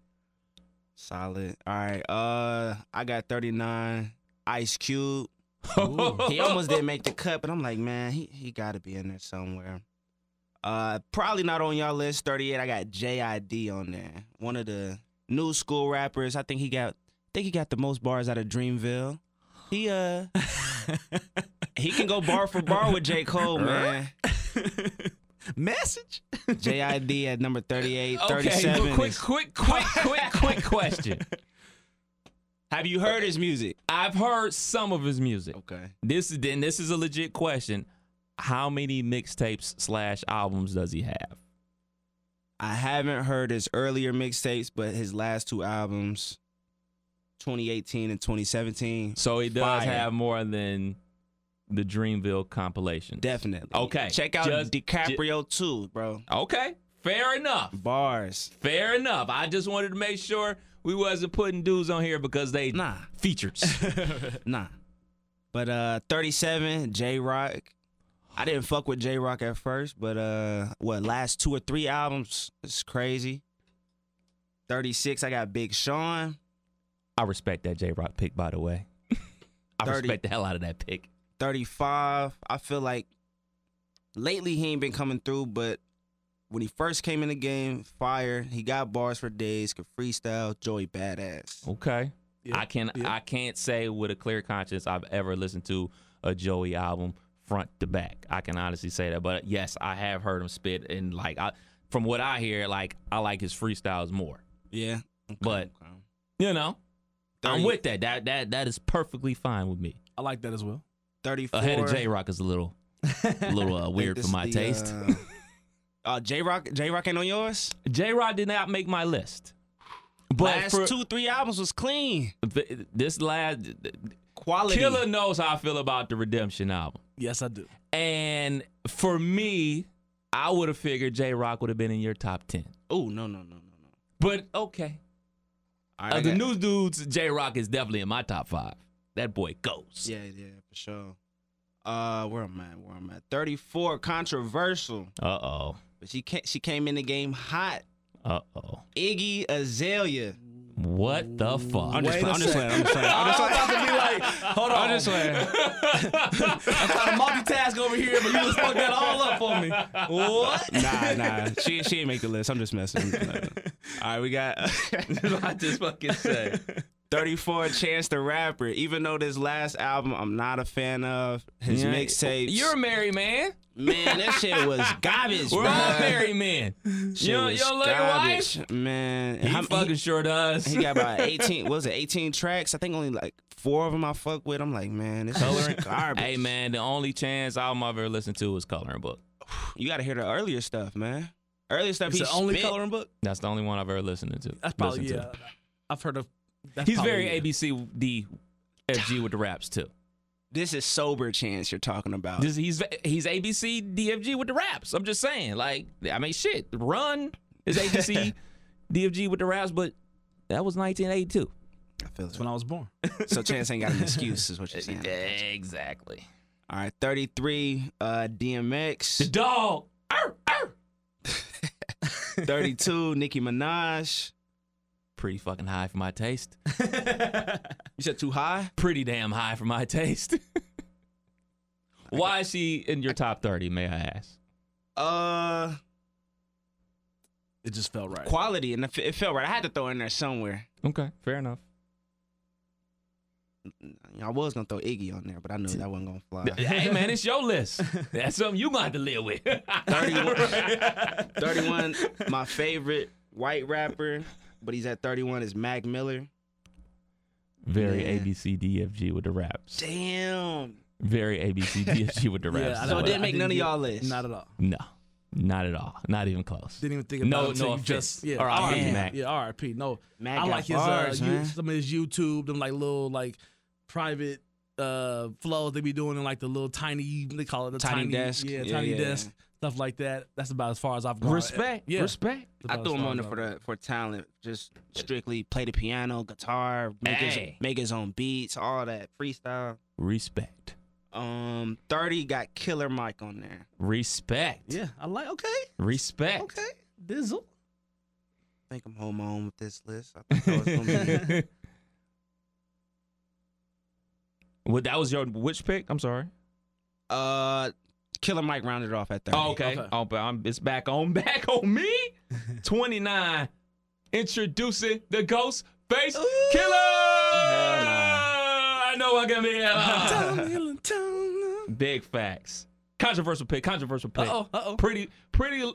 S5: Solid. All right. Uh, I got thirty nine. Ice Cube. He almost didn't make the cut, but I'm like, man, he he got to be in there somewhere. Uh, probably not on y'all list. Thirty eight. I got JID on there. One of the new school rappers. I think he got. I think he got the most bars out of Dreamville. He uh. he can go bar for bar with J Cole, man.
S4: Message?
S5: JID at number 38,
S3: Okay.
S5: 37.
S3: But quick,
S5: is-
S3: quick, quick, quick, quick question.
S5: Have you heard his music?
S3: I've heard some of his music.
S5: Okay.
S3: This is then. This is a legit question. How many mixtapes slash albums does he have?
S5: I haven't heard his earlier mixtapes, but his last two albums, 2018 and 2017,
S3: So he does
S5: Fire.
S3: have more than the Dreamville compilation.
S5: definitely.
S3: Okay.
S5: Check out
S3: Just-
S5: DiCaprio too, bro.
S3: Okay. Fair enough.
S5: Bars.
S3: Fair enough. I just wanted to make sure we wasn't putting dudes on here because they
S5: Nah,
S3: features.
S5: nah. But uh 37, J Rock. I didn't fuck with J Rock at first, but uh what last two or three albums it's crazy. 36, I got Big Sean.
S3: I respect that J Rock pick, by the way. I
S5: Thirty.
S3: respect the hell out of that pick.
S5: 35. I feel like lately he ain't been coming through, but when he first came in the game, fire, he got bars for days, could freestyle, Joey badass.
S3: Okay.
S4: Yeah,
S3: I can
S4: yeah.
S3: I can't say with a clear conscience I've ever listened to a Joey album front to back. I can honestly say that. But yes, I have heard him spit and like I from what I hear, like I like his freestyles more.
S5: Yeah. Okay,
S3: But-
S5: okay.
S3: You know? I'm
S5: 30
S3: with that. That that that is perfectly fine with me.
S4: I like that as well.
S5: 34.
S3: Ahead of J Rock is a little a little uh,
S5: I think
S3: weird
S5: this
S3: for my
S5: the,
S3: taste.
S5: uh, Uh, J Rock, J Rock ain't on yours.
S3: J Rock did not make my list. But
S5: Last
S3: for-
S5: two, three albums was clean.
S3: th- this last
S5: Quality.
S3: Killer knows how I feel about the Redemption album.
S4: Yes, I do.
S3: And for me, I would have figured J Rock would have been in your top 10.
S5: Oh no, no, no, no, no.
S3: But okay.
S5: All
S3: Of
S5: I
S3: the
S5: got-
S3: new dudes, J Rock is definitely in my top five. That boy goes.
S5: Yeah, yeah, for sure. Uh, where am I? Where am I? Thirty-four, controversial,
S3: Uh oh.
S5: but she ca- she came in the game hot.
S3: Uh oh.
S5: Iggy Azalea.
S3: What the fuck?
S5: I'm just
S4: Wait a
S5: playing. I'm just
S4: second.
S5: playing. I'm just playing. I'm just playing.
S3: Hold on. I'm just trying to multitask over here, but you just fucked that all up for me. What?
S5: Nah, nah. She she didn't make the list. I'm just messing. I'm just messing. All right, we got
S3: I just fucking said.
S5: 34 Chance the Rapper. Even though this last album I'm not a fan of, his mixtapes.
S3: You're a married man.
S5: man, that shit was garbage.
S3: We're all
S5: bruh.
S3: married men.
S5: Shit
S3: You don't-
S5: was
S3: you don't love your
S5: garbage, man.
S3: He
S5: I'm-
S3: fucking sure does.
S5: he got about 18 what was it 18 tracks i think only like four of them i fuck with i'm like man this is garbage
S3: Hey man, the only chance album I've ever listened to was Coloring Book.
S5: you gotta hear the earlier stuff man earlier stuff
S4: It's
S5: he
S4: the only
S5: spit.
S4: coloring book.
S3: That's the only one I've ever listened to.
S4: That's probably
S3: listened
S4: yeah. I've heard of.
S3: To.
S4: That's
S3: He's
S4: probably
S3: very
S4: it.
S3: ABCD FG with the raps too.
S5: this is sober chance you're talking about
S3: This- he's he's ABC DFG with the raps. I'm just saying, like I mean, shit. Run is ABC DFG with the raps, but that was 1982.
S5: I feel it.
S4: That's when I was born.
S5: so chance ain't got an excuse is what you're saying
S3: Exactly.
S5: all right 33 uh
S3: The
S5: dmx
S3: dog. Arr, arr.
S5: 32 nicki minaj
S3: Pretty fucking high for my taste.
S5: you said too high
S3: Pretty damn high for my taste. Why is she in your top 30? May I ask?
S5: uh
S4: It just felt right.
S5: quality and it fe- it felt right i had to throw it in there somewhere
S3: Okay, fair enough.
S5: i was gonna throw iggy on there but i knew that wasn't gonna fly
S3: hey man, it's your list. That's something you gonna have to live with.
S5: 31, my favorite white rapper, but he's at 31 is Mac Miller.
S3: Very
S5: Yeah.
S3: ABCDFG with the raps.
S5: Damn.
S3: Very ABCDFG with the
S4: Yeah,
S3: raps.
S4: I
S3: as
S5: So
S4: know
S5: it
S3: well.
S5: didn't make
S4: I
S5: none of
S4: didn't
S5: y'all list.
S4: Not at all.
S3: no, not at all. Not even close.
S4: Didn't even think about
S3: No,
S4: it.
S3: no
S4: until you
S3: offense.
S4: just yeah.
S3: R.I.P.
S4: yeah,
S3: Mac.
S4: Yeah, RIP. No,
S5: Mac
S4: I
S5: got
S4: like his
S5: bars,
S4: uh, you-
S5: man.
S4: some of his YouTube, them like little like private uh flows they be doing in like the little tiny they call it the
S5: Tiny
S4: tiny,
S5: desk.
S4: yeah,
S5: Yeah,
S4: tiny
S5: yeah.
S4: desk stuff like that. That's about as far as I've gone.
S3: Respect.
S4: uh, yeah.
S3: Respect.
S4: That's
S5: I
S4: about
S5: threw
S4: as
S5: him
S4: far
S5: on
S4: as
S5: there
S4: I've
S5: for the for talent, just strictly play the piano, guitar, make his
S3: Hey.
S5: make his own beats, all that freestyle.
S3: Respect.
S5: Um, thirty got Killer Mike on there.
S3: Respect.
S4: gone. Yeah, I like okay,
S3: Respect.
S5: Okay,
S4: Dizzle.
S5: I think I'm home on with this list. I think that was gonna be
S3: Well, that was your which pick? I'm sorry.
S5: uh, Killer Mike rounded off at thirty.
S3: Oh, okay.
S4: Okay.
S3: Oh, but I'm, it's back on back on me. 29. Introducing the ghost face killer. I know I can be uh, Big facts. Controversial pick. Controversial pick.
S4: Uh-oh, uh-oh.
S3: Pretty, pretty,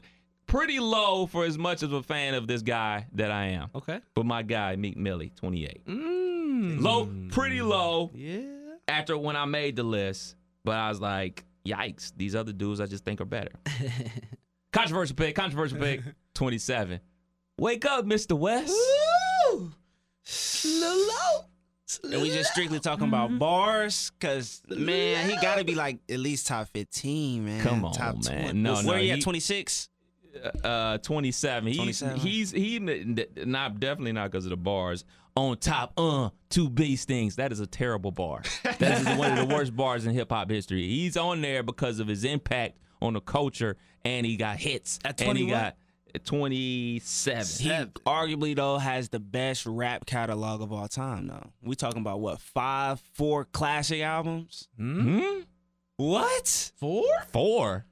S3: pretty low for as much of a fan of this guy that I am.
S4: Okay, Mm.
S3: But my guy Meek Millie, 28. Low, pretty low.
S5: Yeah.
S3: After when I made the list, but I was like, yikes, these other dudes I just think are better. controversial pick, controversial pick, 27. Wake up, Mr. West.
S5: And we just strictly talking about
S3: Mm-hmm.
S5: bars, cause man, he gotta be like at least top fifteen, man.
S3: Come on,
S5: top
S3: man. No,
S5: where
S3: no,
S5: you
S3: he-
S5: at? Twenty six.
S3: uh 27. He's
S5: 27.
S3: he's he not definitely not because of the bars. On top, uh, two bass things. That is a terrible bar. That is one of the worst bars in hip hop history. He's on there because of his impact on the culture, and he got hits.
S4: At
S3: and he
S4: 20
S3: got uh,
S4: what?
S3: 27.
S5: He arguably though has the best rap catalog of all time. Though we talking about what five, four classic albums.
S3: Hmm?
S5: What?
S4: Four?
S3: Four.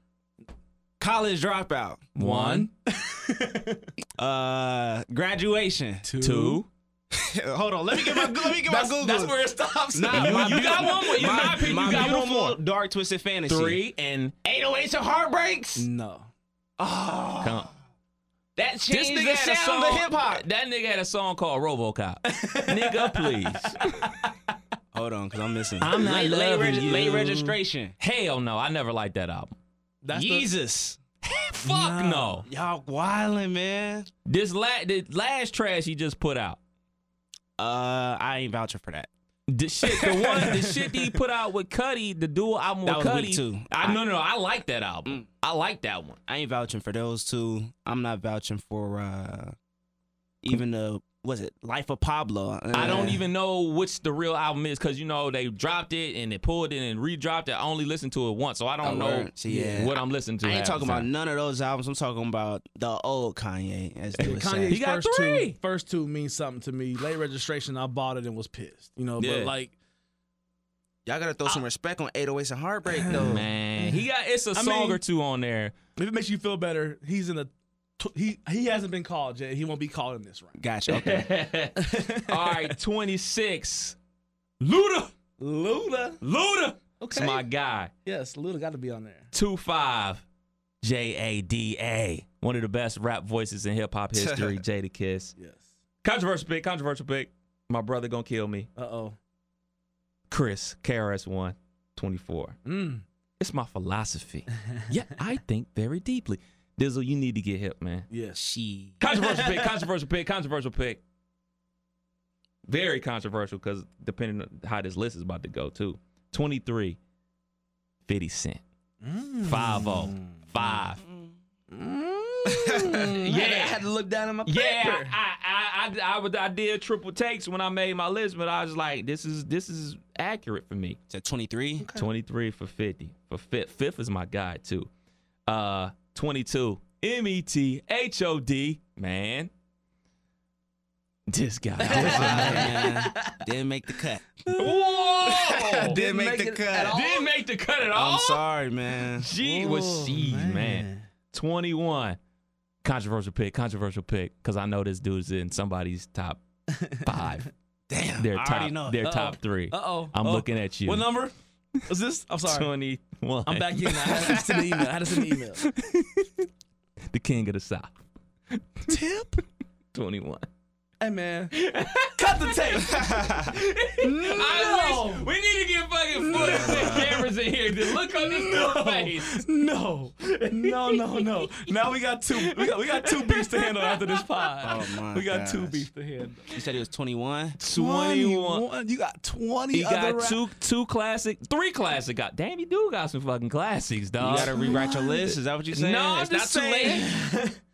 S5: College dropout.
S3: One,
S5: Uh, graduation.
S3: two.
S5: Hold on. Let me get my let me get my
S3: That's,
S5: Google.
S3: that's where it stops.
S5: Nah,
S3: you,
S5: my
S3: you got
S5: beautiful-
S3: one more. In my, opinion, you got one
S5: beautiful
S3: more.
S5: Dark twisted fantasy.
S3: Three and
S5: 808s and heartbreaks.
S4: No.
S5: Oh,
S3: come.
S5: that
S3: This
S5: changed
S3: nigga
S5: the
S3: had a
S5: sound
S3: song.
S5: of hip hop.
S3: That nigga had a song called RoboCop. nigga, please.
S5: Hold on, cause I'm missing.
S3: I'm not
S5: late, late,
S3: loving
S5: reg-
S3: you.
S5: late registration.
S3: Hell no, I never liked that album.
S4: That's the,
S5: Jesus.
S3: Fuck no.
S5: Y'all wildin', man.
S3: This la- the last trash he just put out.
S5: Uh, I ain't vouching for that.
S3: The shit, the one, the shit that he put out with Cuddy, the dual album
S5: That
S3: with
S5: was weak
S3: Cuddy.
S5: too. Mm.
S3: I, no, no, no, I like that album. I like that one.
S5: I ain't vouching for those two. I'm not vouching for uh, even the was it Life of Pablo. Uh,
S3: I don't even know which the real album is because you know they dropped it and they pulled it and redropped it. I only listened to it once, so I don't
S5: Oh,
S3: know
S5: word. See, yeah.
S3: what I'm listening to.
S5: I ain't
S3: half the
S5: talking about
S3: time.
S5: none of those albums. I'm talking about the old Kanye, as they would
S4: Kanye's
S3: He
S5: say.
S3: got
S4: first
S3: three.
S4: two first two mean something to me. Late registration, I bought it and was pissed. You know,
S3: Yeah.
S4: but like
S5: Y'all gotta throw some respect on 808s and Heartbreak, though.
S3: man. He got it's a
S4: I
S3: song
S4: mean-
S3: or two on there.
S4: if it makes you feel better, he's in a tw- he he hasn't been called yet. He won't be called in this round.
S5: Gotcha. Okay.
S3: All right, 26. Luda.
S4: Luda,
S3: Luda. It's
S4: okay,
S3: my guy.
S4: yes, Luda got to be on there.
S3: 25. J A D A. One of the best rap voices in hip hop history, Jada Kiss.
S4: Yes.
S3: Controversial pick, controversial pick. My brother gonna kill me.
S4: Uh oh.
S3: Chris, KRS1, 24.
S4: Mm.
S3: It's my philosophy. yeah, I think very deeply. Dizzle, you need to get hip, man.
S4: Yes.
S5: She.
S3: Controversial pick, controversial pick, controversial pick. Very controversial because depending on how this list is about to go, too. 23, 50 Cent.
S5: Mm.
S3: 5 0, 5.
S5: yeah. I Mm. had to look down at my
S3: Yeah,
S5: paper.
S3: I, I, I, I, would- I did triple takes when I made my list, but I was like, this is this is accurate for me.
S5: It's at 23.
S3: 23 for 50. For fifth, fifth is my guy too. Uh 22. M E T H O D, man. This guy.
S5: Yeah. Didn't make the cut.
S3: Whoa!
S5: Oh, Didn't make the cut.
S3: Didn't make the cut at all.
S5: I'm sorry, man.
S3: She was she, man. 21. Controversial pick, controversial pick, because I know this dude's in somebody's top five.
S5: Damn.
S3: Their
S5: I
S3: top,
S5: already know.
S3: Their
S4: Uh-oh.
S3: top three.
S4: Uh oh.
S3: I'm looking at you.
S4: What number? Is this? I'm sorry.
S3: 21.
S4: I'm back in. I had to send an email. I had to send an email.
S3: the king of the South. Tip 21.
S4: Hey man, cut the tape.
S3: I wish we need to get fucking footage and cameras in here to look on this dude's face.
S4: No, no, no, no. Now we got two. We got, we got two beefs to handle after this pod.
S5: Oh, my
S4: we got two
S5: gosh.
S4: beefs to handle.
S5: You said he was 21.
S3: 21.
S4: You got twenty.
S3: He
S4: other
S3: got
S4: rap-
S3: two two classic, three classic. God damn, you do got some fucking classics,
S5: You
S3: dog.
S5: gotta rewrite your list. Is that what you're saying?
S3: no, I'm
S5: it's
S3: just
S5: not too
S3: saying.
S5: late.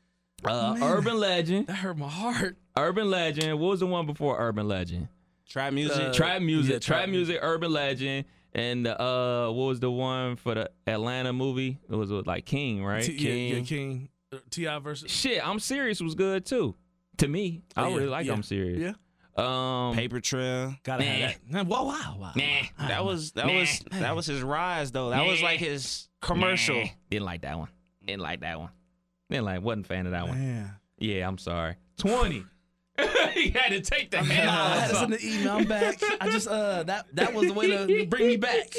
S3: Uh, Urban Legend,
S4: That hurt my heart.
S3: Urban Legend. What was the one before Urban Legend?
S5: Try music.
S4: Uh,
S3: trap music,
S4: yeah,
S3: trap,
S4: trap
S3: music, urban legend, and the, uh, what was the one for the Atlanta movie? It was with, like King, right?
S4: T- Yeah, yeah, King. Uh, Ti versus.
S3: Shit, I'm serious was good too. To me, I
S4: Yeah,
S3: really like
S4: yeah,
S3: I'm serious.
S4: Yeah.
S3: Um,
S5: Paper trail.
S4: Gotta
S3: Nah.
S4: have that. Nah, Wow, wow, wow.
S3: Nah,
S5: That was that
S3: Nah.
S5: was that was his rise though. That was
S3: Nah.
S5: like his commercial.
S3: Nah, didn't like that one. Didn't like that one. Didn't like. Wasn't a fan of that one.
S4: Man.
S3: Yeah, I'm sorry. Twenty. he had to take the hell
S4: I
S3: out
S4: had
S3: of
S4: to send
S3: something.
S4: an email. I'm back. I just uh that that was the way to bring me back.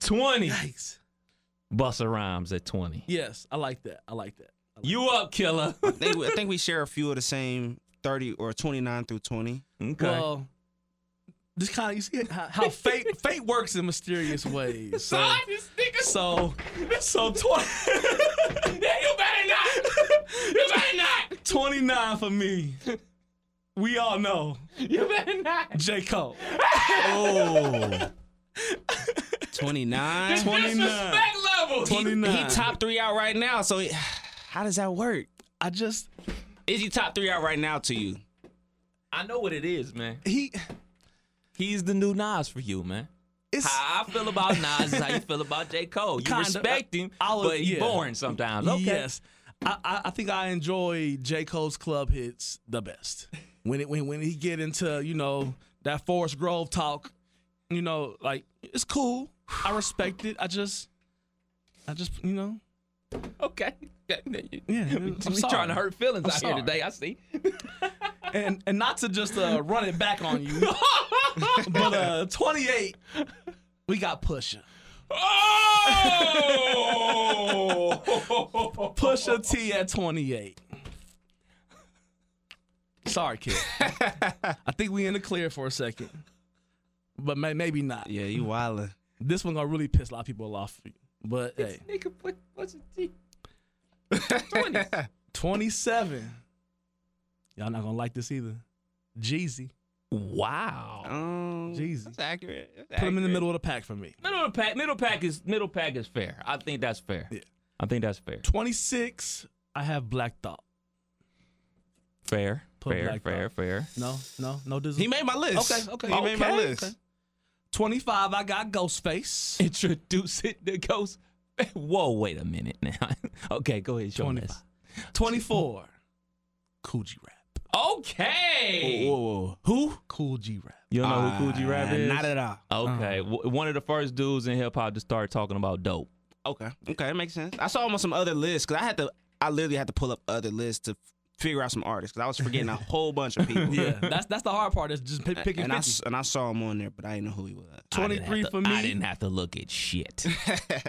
S3: Twenty.
S4: Yikes.
S3: Busta Rhymes at twenty.
S4: Yes, I like that. I like that. I like
S3: You up, killer?
S5: I, think, I think we share a few of the same 30 or 29 through 20.
S3: okay.
S4: that. Well, just kind of you see how, how fate fate works in mysterious ways. So
S3: this nigga
S4: so so twenty.
S3: Yeah, you better not. You better not.
S4: 29 for me. We all know
S3: You better not.
S4: J. Cole.
S5: Oh. 29.
S3: Disrespect level.
S4: 29.
S5: He top three out right now. So he, How does that work?
S4: I just
S5: Is he top three out right now to you?
S3: I know what it is, man.
S4: he
S3: He's the new Nas for you, man.
S4: it's
S3: How I feel about Nas is how you feel about J. Cole. You
S4: Kinda.
S3: respect him,
S4: I was-
S3: but he's
S4: yeah.
S3: boring sometimes. Okay.
S4: Yes. I, I, I think I enjoy J. Cole's club hits the best. When it when when he get into, you know, that Forest Grove talk, you know, like it's cool. I respect it. I just I just you know
S3: Okay. Yeah,
S4: I'm
S3: we
S4: sorry.
S3: trying to hurt feelings
S4: I'm
S3: out
S4: sorry.
S3: here today. I see.
S4: and and not to just uh, run it back on you. but uh 28, we got Pusha.
S3: Oh!
S4: Pusha T at 28. Sorry, kid. I think we in the clear for a second. But may, maybe not.
S5: Yeah, you wildin'.
S4: This one gonna really piss a lot of people off. But hey,
S3: Nigga, what, what's the Twenties.
S4: 27. Y'all not gonna like this either. Jeezy.
S3: Wow.
S5: Um,
S4: Jeezy.
S5: that's accurate. That's
S4: Put him in the
S5: accurate.
S4: middle of the pack for me.
S3: Middle of the pack. Middle pack is middle pack is fair. I think that's fair.
S4: Yeah.
S3: I think that's fair.
S4: 26. I have Black Thought.
S3: Fair.
S4: Put
S3: fair.
S4: Black
S3: Fair.
S4: Thought.
S3: Fair.
S4: No, no, no. This
S5: He made my list.
S4: Okay, okay.
S5: He made my
S4: Okay,
S5: list.
S4: okay. 25. I got Ghostface.
S3: Introduce it to Ghost. Whoa, wait a minute now. okay, go ahead. Show
S4: 25.
S3: us.
S4: 24. Coogee Rap.
S3: Okay.
S4: Who? Cool G Rap.
S3: You don't know who Coogee Rap is?
S5: Ah, Not at all.
S3: Okay, w- one of the first dudes in hip hop to start talking about dope.
S5: Okay. Okay, that makes sense. I saw him on some other lists because I had to. I literally had to pull up other lists to figure out some artists because I was forgetting a whole bunch of people.
S4: Yeah, that's that's the hard part. Is just pick, picking
S5: And I,
S4: 50.
S5: s- and I saw him on there, but I didn't know who he was.
S3: I didn't have
S4: 23
S3: to-
S4: for me.
S3: I didn't have to look at shit.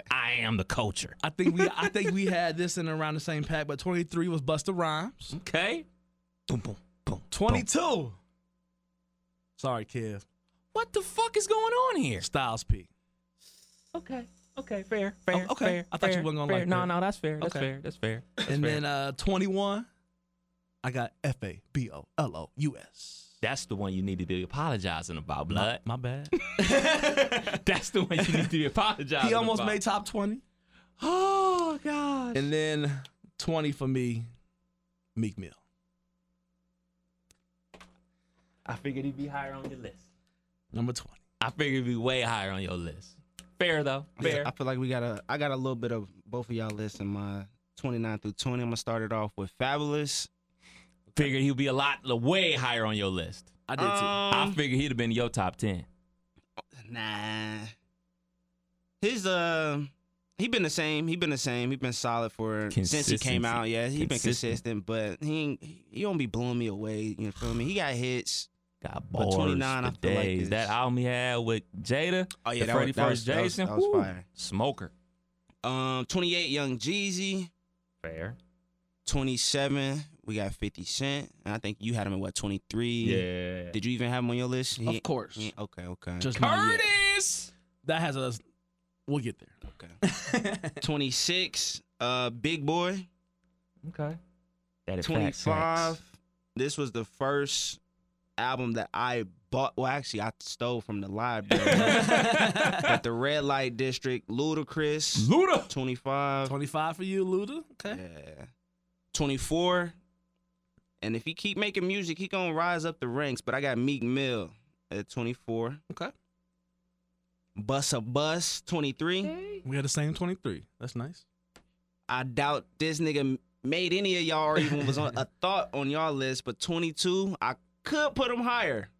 S3: I am the culture.
S4: I think we I think we had this in around the same pack, but 23 was Busta Rhymes.
S3: Okay. Boom, boom, boom.
S4: 22. Sorry, Kev.
S3: What the fuck is going on here?
S4: Styles P.
S3: Okay. Oh, Okay. Fair. Fair.
S4: okay.
S3: Fair,
S4: I thought you
S3: fair,
S4: wasn't gonna
S3: fair.
S4: like
S3: No,
S4: that.
S3: no, that's fair. That's
S4: Okay.
S3: fair. That's fair. That's
S4: and
S3: fair.
S4: then uh 21, I got F A B O L O U S.
S3: that's the one you need to be apologizing about, blood.
S4: My bad.
S3: that's the one you need to be apologizing.
S4: he almost
S3: about.
S4: made top 20.
S3: Oh God.
S4: And then 20 for me, Meek Mill.
S3: I figured he'd be higher on your list.
S4: Number 20.
S3: I figured he'd be way higher on your list. Fair though. Fair.
S5: I feel like we got a. I got a little bit of both of y'all lists in my 29 through 20. I'm gonna start it off with Fabulous.
S3: figured he'd be a lot way higher on your list.
S4: I did too.
S3: I figured he'd have been in your top ten.
S5: Nah. His uh he been the same. He been the same. He been solid for since he came
S3: Consistency.
S5: out. Yeah, he been
S3: Consistent.
S5: consistent, but he ain't, he don't be blowing me away. You feel me? He got hits.
S3: Got
S5: But
S3: bars
S5: 29,
S3: for
S5: I feel like
S3: days.
S5: is-
S3: that album he had with Jada,
S5: Oh
S3: the Freddy First Jason,
S5: That was,
S3: whoo,
S5: fire.
S3: smoker.
S5: Um, 28 Young Jeezy,
S3: Fair.
S5: 27. We got 50 Cent, and I think you had him at what 23.
S3: Yeah.
S5: Did you even have him on your list? He-
S4: Of course.
S5: he- okay. Okay.
S4: Just not yet.
S3: Curtis.
S4: That has us. We'll get there.
S5: okay. 26. Uh, Big Boy.
S3: Okay. That is
S5: 25.
S3: facts, facts.
S5: This was the first album that I bought. Well, actually, I stole from the library. but the Red Light District, Ludacris,
S3: Luda.
S5: 25.
S4: 25 for you, Luda. Okay.
S5: Yeah. 24. And if he keep making music, he gonna rise up the ranks. But I got Meek Mill at 24.
S4: Okay.
S5: Bus a Bus, 23.
S4: We had the same 23. That's nice.
S5: I doubt this nigga made any of y'all or even was on a thought on y'all list, but 22, I could put him higher.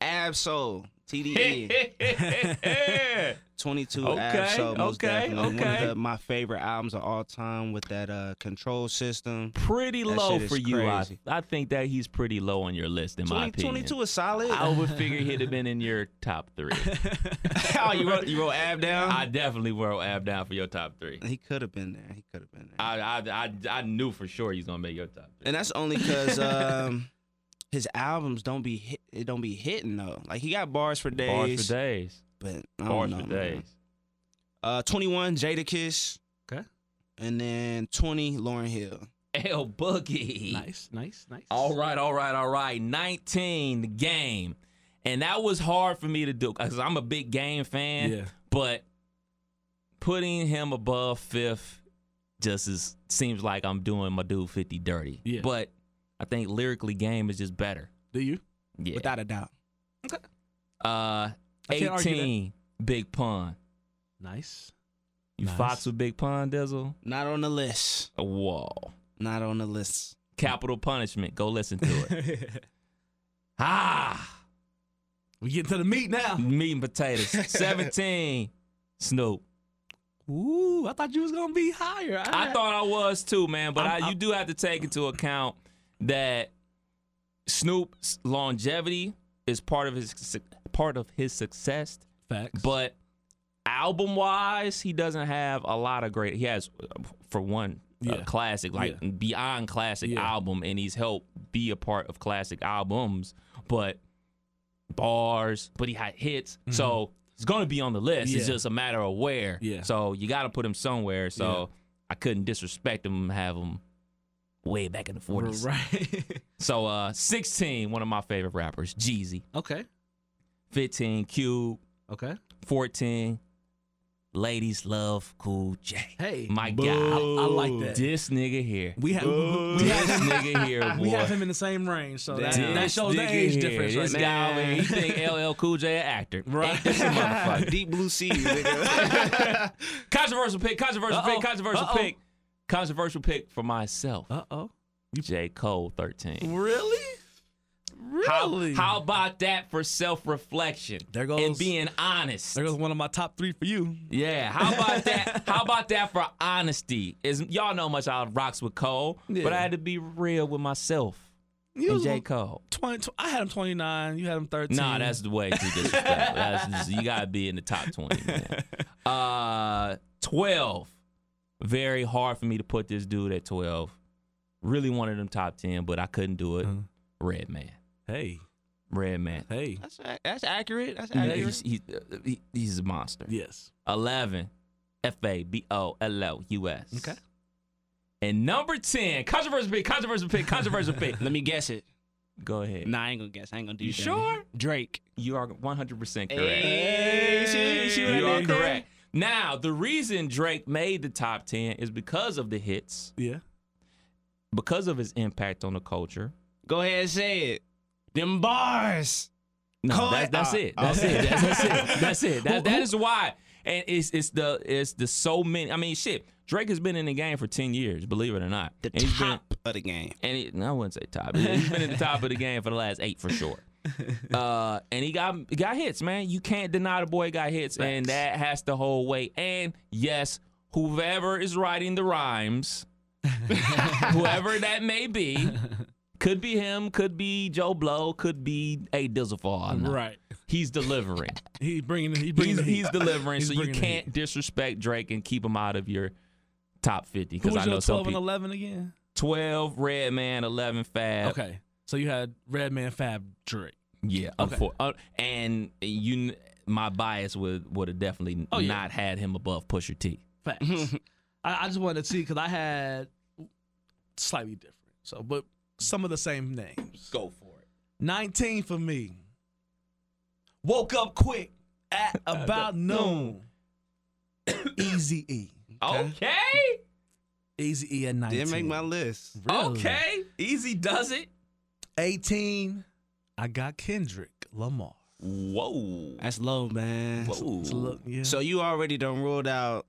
S5: Absol, E. TDE, 22
S3: Okay,
S5: Absol, most
S3: okay,
S5: definitely. One
S3: okay.
S5: of the, my favorite albums of all time with that uh, control system.
S3: Pretty
S5: That
S3: low
S5: shit is
S3: for you. I,
S5: crazy.
S3: I think that he's pretty low on your list, in my
S5: 20,
S3: opinion.
S5: 22 is solid.
S3: I would figure he'd have been in your top three.
S5: oh, you wrote, you wrote Ab down?
S3: I definitely wrote Ab down for your top three.
S5: he could have been there. He could have been there.
S3: I I, I I knew for sure he's gonna make your top three.
S5: and that's only because um, his albums don't be hit, it don't be hitting though. Like he got bars for days,
S3: Bars for days.
S5: but I don't
S3: Bars
S5: know,
S3: for
S5: man.
S3: days.
S5: Uh, 21, Jada Kiss.
S4: Okay.
S5: And then 20, Lauren Hill.
S3: L Boogie.
S4: Nice, nice, nice.
S3: E. All right, all right, all right. 19, the game. And that was hard for me to do because I'm a big game fan.
S4: Yeah.
S3: But putting him above fifth just is seems like I'm doing my dude 50 dirty.
S4: Yeah.
S3: But I think lyrically, game is just better.
S4: Do you?
S3: Yeah.
S5: without a doubt.
S3: uh,
S4: I can't argue that.
S3: 18, Big Pun.
S4: Nice.
S3: You
S4: Nice.
S3: fox with Big Pun, Dizzle?
S5: Not on the list.
S3: Whoa.
S5: Not on the list.
S3: Capital Punishment. Go listen to it. ah.
S4: We getting to the meat now.
S3: meat and potatoes. 17, Snoop.
S4: Ooh, I thought you was gonna be higher.
S3: I thought I was too, man, but
S4: I'm-
S3: I, you
S4: I'm-
S3: do have to take into account that Snoop's longevity is part of his suc- part of his success,
S4: facts,
S3: but album wise, he doesn't have a lot of great. He has, uh, for one,
S4: Yeah.
S3: a classic like
S4: Yeah.
S3: beyond classic
S4: Yeah.
S3: album, and he's helped be a part of classic albums, but bars, but he had hits, so it's gonna be on the list. It's
S4: Mm-hmm. Yeah.
S3: just a matter of where.
S4: Yeah.
S3: So you got to put him somewhere. So I couldn't disrespect him and have him way back in the forties.
S4: right.
S3: So uh, sixteen, one of my favorite rappers, Jeezy.
S4: okay,
S3: Fifteen, Cube.
S4: okay.
S3: 14. Ladies love Cool J.
S4: Hey,
S3: my
S4: Boo.
S3: God,
S4: I- I like that.
S3: This nigga here,
S4: We have we
S3: this
S4: have,
S3: nigga here, boy.
S4: we have him in the same range, so that,
S3: this
S4: that shows the
S3: nigga
S4: age
S3: here,
S4: difference.
S3: This
S4: right
S3: guy over here, he think LL Cool J an actor, right? This motherfucker.
S5: Deep blue sea, nigga.
S3: Controversial pick, controversial
S4: Uh-oh.
S3: pick, controversial
S4: Uh-oh.
S3: pick, controversial pick for myself.
S4: Uh oh.
S3: J Cole, thirteen.
S4: Really? Really?
S3: How, how about that for self reflection?
S4: There goes-
S3: and being honest.
S4: There goes one of my top three for you.
S3: Yeah, how about that? How about that for honesty? Is y'all know how much I rocks with Cole, but
S4: Yeah.
S3: I had to be real with myself
S4: You
S3: and
S4: was
S3: J Cole.
S4: 20, tw- I had him 29. You had him 13.
S3: Nah, that's the way too disrespectful. that's just, you gotta be in the top twenty. Man. Uh, twelve. Very hard for me to put this dude at twelve. Really wanted him top ten, but I couldn't do it.
S4: Mhm.
S3: Red man,
S4: hey,
S3: red man.
S4: hey,
S5: that's, a- that's accurate. That's
S3: Yeah,
S5: accurate.
S3: he's, he's, uh, he- he's a monster.
S4: yes,
S3: 11 F A B O L O U S.
S4: Okay.
S3: And number 10, controversial pick, controversial pick, controversial pick.
S5: Let me guess it.
S3: Go ahead.
S5: Nah, I ain't gonna guess. I ain't gonna do
S3: You
S5: that.
S3: sure?
S5: Drake.
S3: You are 100% correct.
S5: Hey, see- see what I
S3: you are
S5: did there?
S3: correct. Now, the reason Drake made the top 10 is because of the hits,
S4: yeah.
S3: because of his impact on the culture.
S5: Go ahead and say it. Them bars.
S3: No,
S5: Call
S3: that's,
S5: it-
S3: that's
S5: uh,
S3: it. That's it. That's, that's it. That's it. That, that is why. And it's it's the it's the so many. I mean, shit. Drake has been in the game for ten years, believe it or not.
S5: The
S3: And he's been-
S5: top of the game.
S3: and he, no, I wouldn't say top. He's been at the top of the game for the last eight for sure. Uh, and he got he got hits, man. You can't deny the boy got hits, and that has the whole weight. And yes, whoever is writing the rhymes, whoever that may be, could be him, could be Joe Blow, could be a Dizzle for all I know.
S4: Right.
S3: He's delivering.
S4: He's bringing. He's
S3: he's,
S4: bringing. the heat.
S3: he's delivering.
S4: He's
S3: so you
S4: bringing the heat.
S3: can't disrespect Drake and keep him out of your top fifty
S4: Who
S3: because
S4: was
S3: I know
S4: your
S3: some
S4: 12 and
S3: people.
S4: 11 again?
S3: 12, Red Man, 11, Fab.
S4: Okay, so you had Redman, Fab, Drake.
S3: Yeah,
S4: Okay.
S3: unfor- uh, and you, kn- my bias would would have definitely
S4: Oh, yeah.
S3: not had him above Pusher T.
S4: Facts. I, I just wanted to see because I had slightly different. So, but some of the same names.
S3: Go for it.
S4: 19 for me. Woke up quick at about noon. Easy E.
S3: Okay,
S4: Easy E at 19.
S5: Didn't make my list.
S4: Really?
S3: okay, easy does it.
S4: 18. I got Kendrick Lamar.
S3: Whoa,
S5: That's low, man.
S3: whoa.
S4: So, look, yeah.
S5: So you already done ruled out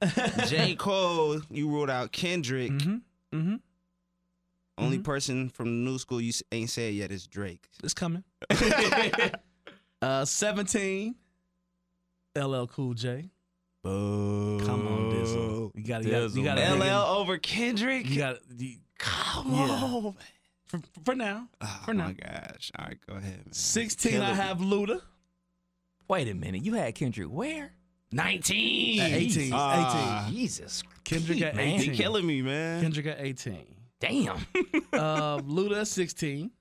S5: J. Cole. You ruled out Kendrick.
S4: mm-hmm. Mm-hmm.
S5: Only person from the new school you s- ain't said yet is Drake.
S4: It's coming. uh, 17, LL Cool J.
S5: Boo.
S4: Come on, Dizzle. You got to, you
S3: Dizzle,
S4: got
S3: man.
S4: to,
S5: LL over Kendrick.
S4: you got to,
S5: Come
S4: Yeah.
S5: on. man.
S4: for, for now.
S5: Oh
S4: For now.
S5: my gosh. All right, go ahead. Man.
S4: 16,
S5: Killing
S4: I
S5: me.
S4: have Luda.
S3: Wait a minute, you had Kendrick where?
S5: 19.
S4: At 18.
S5: Ah.
S4: 18.
S3: Jesus,
S4: Kendrick at
S3: man.
S5: They
S4: 18.
S5: killing me, man.
S4: Kendrick at 18.
S3: damn.
S4: Uh, Luda at 16.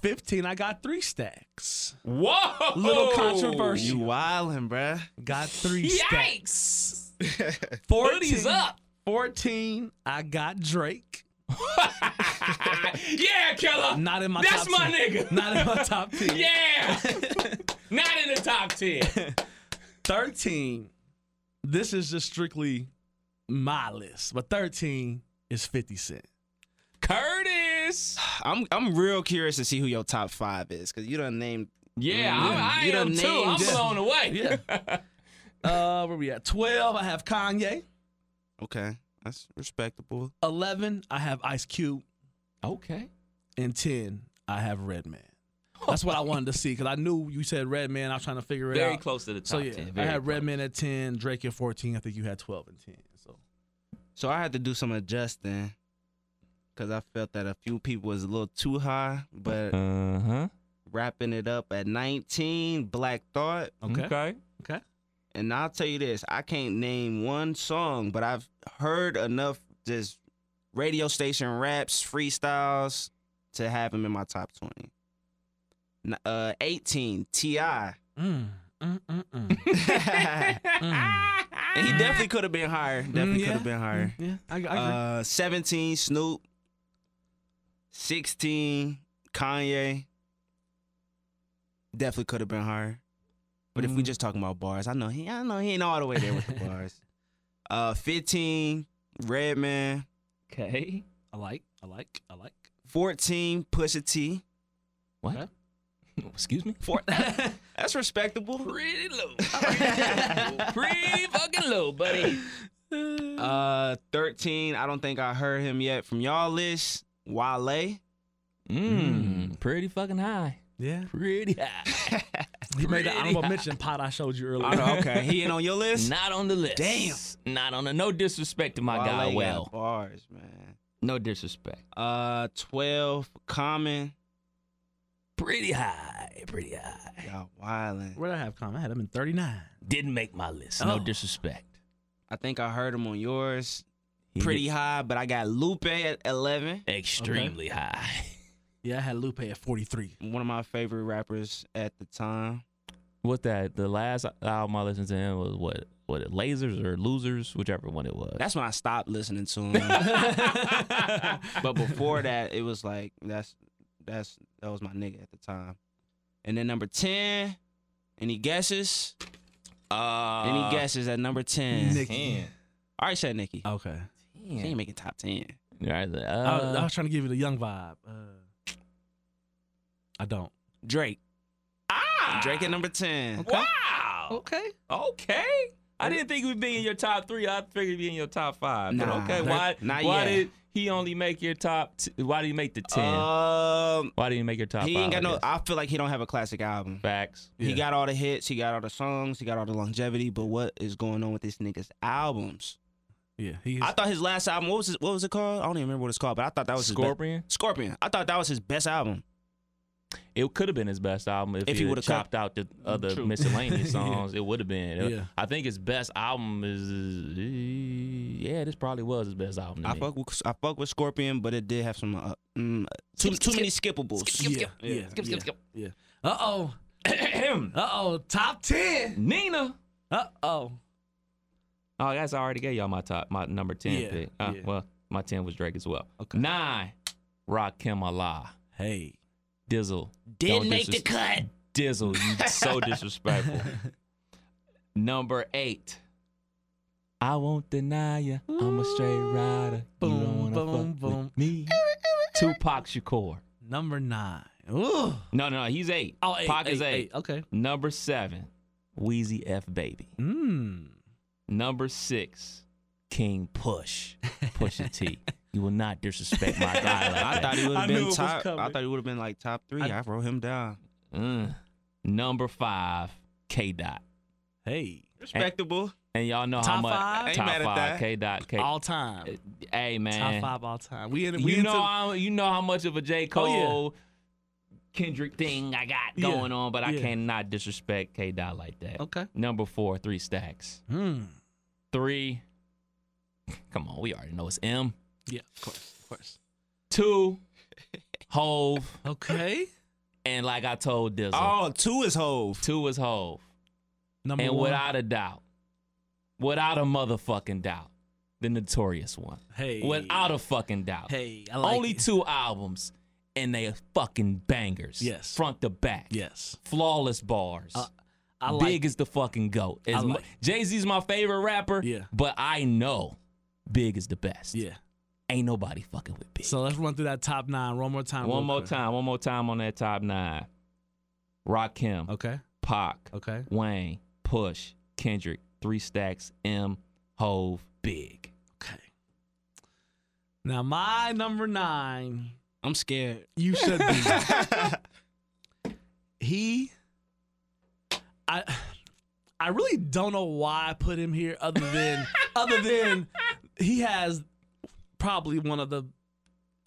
S4: 15, I got three stacks.
S3: Whoa,
S4: Little controversial.
S5: You wildin', bruh.
S4: Got three stacks.
S3: Yikes.
S4: 14,
S3: Hoodies up.
S4: 14, I got Drake.
S3: yeah, killer.
S4: Not in my
S3: That's
S4: top
S3: my
S4: 10.
S3: nigga.
S4: Not in my top 10.
S3: yeah, not in the top ten.
S4: 13, this is just strictly my list, but 13, is 50 Cent.
S3: Curtis.
S5: I'm I'm real curious to see who your top five is because you done named.
S3: Yeah,
S5: Yeah.
S3: I, I
S5: You
S3: am
S5: done
S3: too. I'm
S5: named-
S3: blown away.
S4: Uh, where we at? 12, I have Kanye.
S5: Okay, that's respectable.
S4: 11, I have Ice Cube.
S3: okay.
S4: And 10, I have Redman. That's what I wanted to see because I knew you said Redman. I was trying to figure it
S3: Very
S4: out.
S3: close to the top
S4: So yeah,
S3: ten.
S4: I
S3: Very
S4: had
S3: close.
S4: Redman at 10, Drake at 14. I think you had 12 and 10. So
S5: So I had to do some adjusting because I felt that a few people was a little too high. But
S3: Uh huh.
S5: wrapping it up at 19, Black Thought,
S4: okay.
S3: okay.
S5: and I'll tell you this: I can't name one song, but I've heard enough just radio station raps, freestyles to have him in my top twenty. N- Uh, 18, Ti.
S4: Mm, mm, mm, mm.
S5: and
S4: Mm.
S5: he definitely could have been higher. Definitely
S4: yeah. Mm,
S5: could have been higher.
S4: yeah, I, I agree.
S5: Uh, 17, Snoop. 16, Kanye. Definitely could have been higher. But
S3: Mm-hmm.
S5: if we just talking about bars, I know he I know he ain't all the way there with the bars. Uh 15, Redman.
S3: Okay.
S4: I like, I like, I like.
S5: 14, Pusha T.
S3: What? Excuse me.
S5: Four, that's respectable.
S3: Pretty low. Pretty fucking low, buddy.
S5: Uh 13, I don't think I heard him yet from y'all list. Wale.
S3: Mmm. Pretty fucking high.
S4: Yeah,
S3: Pretty high.
S4: he made that
S3: Pretty
S4: honorable
S3: high.
S4: mention pot I showed you
S5: I
S4: earlier.
S5: don't- okay, he ain't on your list.
S3: Not on the list. Damn. Not on the. No disrespect to my
S5: Wale
S3: guy.
S5: got
S3: Well,
S5: bars, man.
S3: no disrespect.
S5: Uh, twelve Common.
S3: Pretty high. Pretty high.
S5: Y'all wildin'.
S4: Where did I have comment? I had him in 39.
S3: Didn't make my list.
S4: Oh.
S3: No disrespect.
S5: I think I heard him on yours. Pretty high, but I got Lupe at eleven.
S3: Extremely high.
S4: Yeah, I had Lupe at 43.
S5: One of my favorite rappers at the time.
S3: What that? The last album I listened to him was what? What? Lasers or Losers? Whichever one it was.
S5: That's when I stopped listening to him. but before that, it was like that's that's that was my nigga at the time. And then number ten, any guesses?
S3: uh, Oh,
S5: Any guesses at number ten?
S4: Nicki.
S5: I already said Nicki.
S4: Okay.
S5: She ain't making top ten.
S3: Right, uh,
S4: I, was, I was trying to give you the young vibe. Uh, I don't.
S5: Drake. Ah, Drake at number ten.
S3: Wow. Okay. Okay. I didn't think it would be in your top three. I figured it'd be in your top five.
S5: Nah,
S3: but okay,
S5: that-
S3: why?
S5: not
S3: why
S5: yet.
S3: did he only make your top? T- why did he make the ten?
S5: Um,
S3: why did he make your top?
S5: he ain't
S3: five,
S5: got no.
S3: I guess?
S5: I feel like he don't have a classic album.
S3: facts.
S5: He got all the hits, he got all the songs, he got all the longevity. But what is going on with this nigga's albums?
S4: Yeah, he
S5: I thought his last album. What was his, what was it called? I don't even remember what it's called. But I thought that was his be-
S3: Scorpion.
S5: Scorpion. I thought that was his best album.
S3: It could have been his best album if,
S5: If he
S3: he would
S5: would've
S3: have
S5: cut-
S3: chopped out the other
S5: True.
S3: miscellaneous songs. It would have been. It-
S4: Yeah.
S3: I think his best album is. Yeah, this probably was his best album. To
S5: I
S3: me.
S5: fuck with I fuck with Scorpion, but it did have some uh, mm, too
S3: Skip,
S5: too
S3: skip.
S5: many skippables.
S4: yeah, yeah,
S3: skip,
S4: yeah,
S3: skip, skip.
S4: Yeah. Uh oh. Uh oh. Top 10.
S3: Nina.
S4: Uh oh.
S3: Oh, that's I already gave y'all my top, my number ten
S4: Yeah,
S3: pick. Uh,
S4: yeah.
S3: Well, my ten was Drake as well. Nine, Rakim Allah,
S4: Hey.
S3: Dizzle.
S5: Didn't
S3: Don't
S5: make the
S3: disres-
S5: cut.
S3: Dizzle, you so disrespectful. number eight, I won't deny ya, I'm a straight rider. you
S4: Boom,
S3: don't wanna
S4: boom,
S3: fuck
S4: boom.
S3: With me. Tupac Shakur.
S4: Number nine. Ooh.
S3: No, no, he's eight.
S4: Oh, eight,
S3: Pac is
S4: eight,
S3: eight.
S4: eight. Okay.
S3: Number seven, Wheezy F Baby.
S4: Mmm.
S3: Number six, King Push, Pusha T. You will not disrespect my guy like
S5: I
S3: that.
S5: thought he would
S4: I
S5: have
S4: knew it
S5: been
S4: was
S5: top. I
S4: coming.
S5: thought he would have been like top three. I, wrote him down.
S3: Mm. Number five, K Dot.
S4: Hey.
S5: Respectable.
S3: And y'all know how
S4: Top
S3: much
S4: five?
S5: Ain't
S3: top
S5: mad at
S3: five
S5: that.
S3: K Dot K. Eh,
S4: All time.
S3: hey
S4: Top
S3: man,
S4: five all time. We in. We
S3: you
S4: into- Oh,
S3: know how, you know how much of a J Cole,
S4: yeah.
S3: Kendrick thing I got
S4: Yeah,
S3: going on, but I
S4: yeah.
S3: cannot disrespect K Dot like that.
S4: Okay.
S3: Number four, Three Stacks.
S4: Hmm.
S3: Three. Come on, we already know it's M.
S4: Yeah. Of course. Of course.
S3: Two. Hove.
S4: Okay.
S3: And like I told Dizzle,
S5: Oh, two is Hove.
S3: two is Hove.
S4: Number
S3: And
S4: one.
S3: without a doubt, without a motherfucking doubt, the notorious one.
S4: hey.
S3: Without a fucking doubt.
S4: Hey. I like
S3: Only
S4: it.
S3: two albums, and they are fucking bangers.
S4: Yes.
S3: Front to back.
S4: Yes.
S3: Flawless bars.
S4: I like.
S3: Big is the fucking goat. As
S4: like-
S3: Jay Z's my favorite rapper,
S4: Yeah.
S3: but I know Big is the best.
S4: Yeah.
S7: Ain't nobody fucking with Big.
S4: So let's run through that top nine one more time.
S3: One
S4: real
S3: more
S4: quick.
S3: time. One more time on that top nine. Rakim,
S4: Okay.
S3: Pac,
S4: Okay.
S3: Wayne, Push, Kendrick, Three Stacks, M, Hove, Big.
S4: Okay. Now my number nine.
S7: I'm scared.
S4: You should be. he I I really don't know why I put him here other than other than he has probably one of the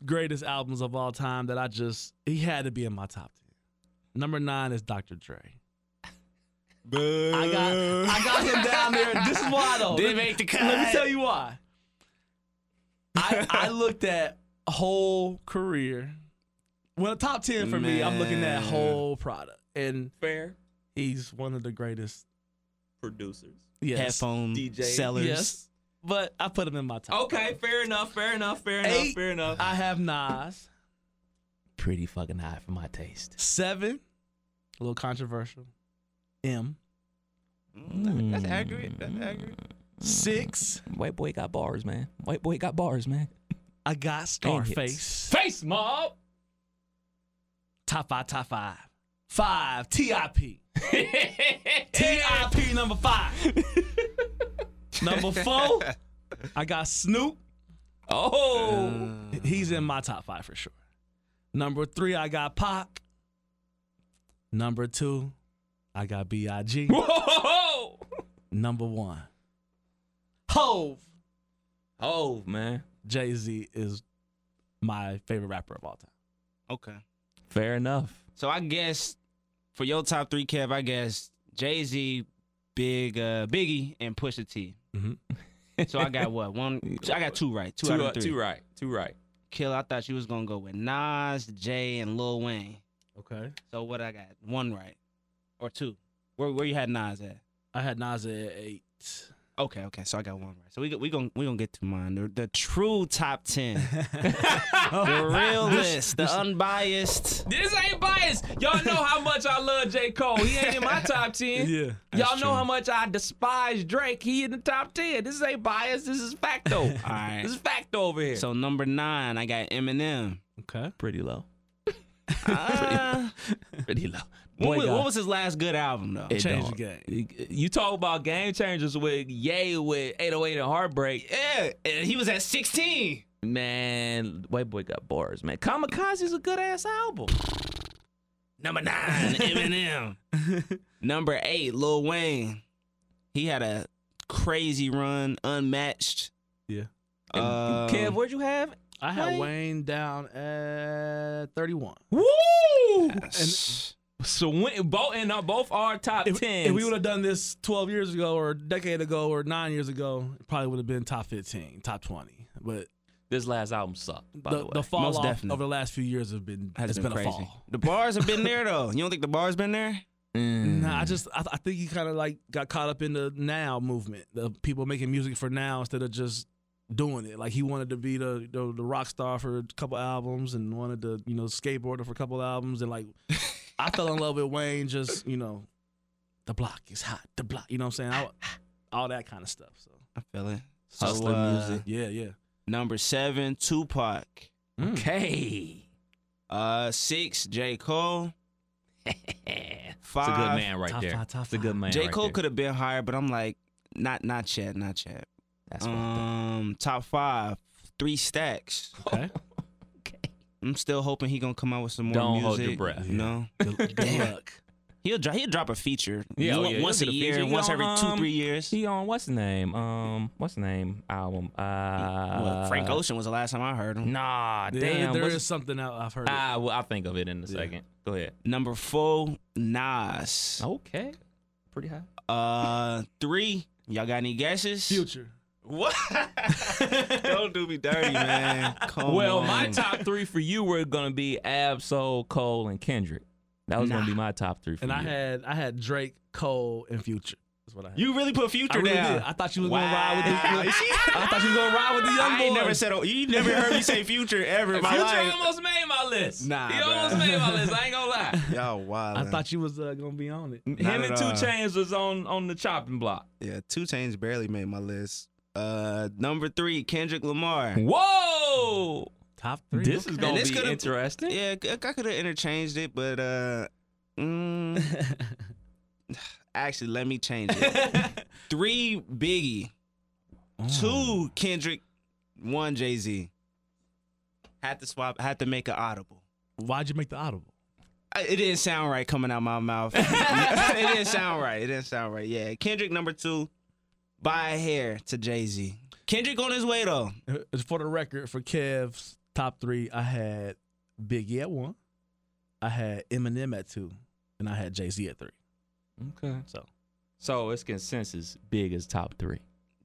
S4: greatest albums of all time that I just he had to be in my top 10. Number 9 is Dr. Dre. I got I got him down there. This is why though. Oh, Let me-
S7: make the
S4: let me
S7: cut.
S4: tell you why. I I looked at whole career. Well, top ten for me, I'm looking at
S5: Man.
S4: whole product, and
S7: Fair
S4: he's one of the greatest.
S7: producers,
S4: Yes,
S5: Headphone sellers.
S4: Yes, but I put him in my top.
S7: Okay, fair enough. Fair enough. Fair enough.
S4: Eight.
S7: Fair enough.
S4: I have Nas
S7: Pretty fucking high for my taste.
S4: seven, a little controversial. M
S5: Mm, That's accurate. That's accurate.
S4: six,
S7: White boy got bars, man. White boy got bars, man.
S4: I got
S7: And hits.
S4: Scarface.
S3: Face mob.
S4: Top five, top five, five. T.I.P. T.I.P. number five. number four, I got Snoop.
S7: Oh,
S4: He's in my top five for sure. Number three, I got Pac. Number two, I got B.I.G.
S7: whoa,
S4: Number one, Hove.
S7: oh man.
S4: Jay Z is my favorite rapper of all time.
S5: Okay.
S3: Fair enough.
S5: So I guess for your top three, Kev, I guess Jay Z, Big uh, Biggie, and Pusha T.
S4: Mhm.
S5: So I got what one? I got two right. Two,
S3: Mm-hmm. Two,
S5: out
S3: uh,
S5: of three.
S3: two right. Two right.
S5: Kill. I thought you was gonna go with Nas, Jay, and Lil Wayne.
S4: Okay.
S5: So what I got? One right, or two? Where where you had Nas at?
S4: I had Nas at eight.
S5: Okay, okay. So I got one right. So we go- we gonna we gonna get to mine. The, the true top ten, the real list, the unbiased.
S3: This ain't biased. Y'all know how much I love J. Cole. He ain't in my top 10.
S4: Yeah.
S3: Y'all know how much I despise Drake. He in the top 10. This ain't biased. This is facto. All
S5: right.
S3: This is facto over here.
S5: So number nine, I got Eminem.
S4: Okay.
S7: Pretty low.
S3: Ah.
S5: Uh,
S7: Pretty low.
S5: what,
S7: Boy,
S5: was,
S7: got-
S5: what was his last good album though?
S7: It
S4: Change the
S7: don't-
S4: game.
S3: you talk about game changers with Ye with 808 and Heartbreak.
S5: Yeah, and he was at 16.
S3: Man, White Boy got bars, man. Kamikaze's a good ass album.
S5: Number nine, Eminem. Number eight, Lil Wayne. He had a crazy run, unmatched.
S4: Yeah.
S5: Uh,
S3: Kev, where'd you have?
S4: I had
S3: Wayne?
S4: Wayne down at 31.
S3: Woo!
S5: and-
S3: So when, both and uh, both are top
S4: If,
S3: ten.
S4: if we would have done this 12 years ago or a decade ago or nine years ago, it probably would have been top 15, top 20. But
S3: this last album sucked. By the,
S4: the,
S3: way,
S4: the fall
S5: Most
S4: off
S5: definitely.
S4: over the last few years have been
S5: has
S4: it's
S5: been,
S4: been, a
S5: crazy.
S4: fall.
S5: The bars have been there though. You don't think the bars been there?
S3: Mm.
S4: Nah, I
S3: Hmm.
S4: just I, I think he kind of like got caught up in the now movement, the people making music for now instead of just doing it. Like he wanted to be the the, the rock star for a couple albums and wanted to you know skateboarder for a couple albums and like I fell in love with Wayne. Just you know, the block is hot. The block, you know what I'm saying? I, all that kind of stuff. So
S5: I feel it. So,
S3: Hustler
S5: uh,
S3: music.
S4: yeah, yeah.
S5: Number seven, Tupac.
S3: okay,
S5: Uh, six, J. Cole.
S3: it's
S5: Five,
S3: a good man right
S4: Top
S3: there.
S4: five, top
S3: it's a good
S4: five.
S3: man.
S5: J.
S3: right
S5: Cole
S3: there.
S5: could have been higher, but I'm like, not not yet, not yet.
S3: uh,
S7: That's
S5: um, top five, three stacks.
S4: Okay.
S5: I'm still hoping he gonna come out with some more
S3: Don't
S5: music.
S3: hold your breath.
S5: You know,
S4: Good, good luck.
S5: he'll drop he'll drop a feature.
S3: Yeah, oh,
S5: one-
S3: yeah,
S5: once
S3: he'll
S5: a
S3: do the
S5: year,
S3: feature. He
S5: once
S3: on,
S5: every two
S3: um,
S5: three years.
S3: He on what's the name? Um, what's the name album? Uh,
S5: Well, Frank Ocean was the last time I heard him.
S3: Nah,
S4: There-
S3: damn.
S4: there
S3: what's-
S4: is something out I've heard.
S3: Ah, well, I'll think of it in a second. Go ahead.
S5: Number four, Nas.
S3: Okay, pretty high.
S5: Uh, three. Y'all got any guesses?
S4: Future.
S5: What? Don't do me dirty, man.
S4: Oh,
S5: Come
S3: Well,
S5: on.
S3: my top three for you were gonna be Ab, Soul, Cole, and Kendrick. That was gonna be my top three. For
S4: And I
S3: you.
S4: had I had Drake, Cole, and Future. That's what I had.
S5: You really put
S4: I
S5: Future
S4: really
S5: down.
S4: did. I thought you was
S5: wow.
S4: gonna ride with the. I thought you was gonna ride with the young
S5: I
S4: boy.
S5: ain't never said. Oh, you never heard me say Future ever in my
S3: Future
S5: life.
S3: almost made my list.
S5: Nah,
S3: he
S5: bruh.
S3: almost made my list. I ain't gonna lie.
S5: Y'all wild.
S4: I thought you was uh, gonna be on it.
S3: Him and
S5: at all.
S3: Two Chains was on on the chopping block.
S5: Yeah, Two Chains barely made my list. Uh, number three, Kendrick Lamar.
S3: Whoa!
S7: Oh,
S4: Top three.
S3: This is gonna
S5: this
S3: be
S5: could've-
S3: interesting.
S5: Yeah, I could have interchanged it, but uh, mm, actually, let me change it. Three Biggie, two Kendrick, one Jay Z. Had to swap. Had to make an audible.
S4: Why'd you make the audible?
S5: I- It didn't sound right coming out my mouth. it didn't sound right. It didn't sound right. Yeah, Kendrick number two, by a hair to Jay Z. Kendrick on his way though.
S4: Uh, For the record, for Kev's top three, I had Biggie at one, I had Eminem at two, and I had Jay Z at three.
S3: Okay. So, so it's consensus. Big is top three.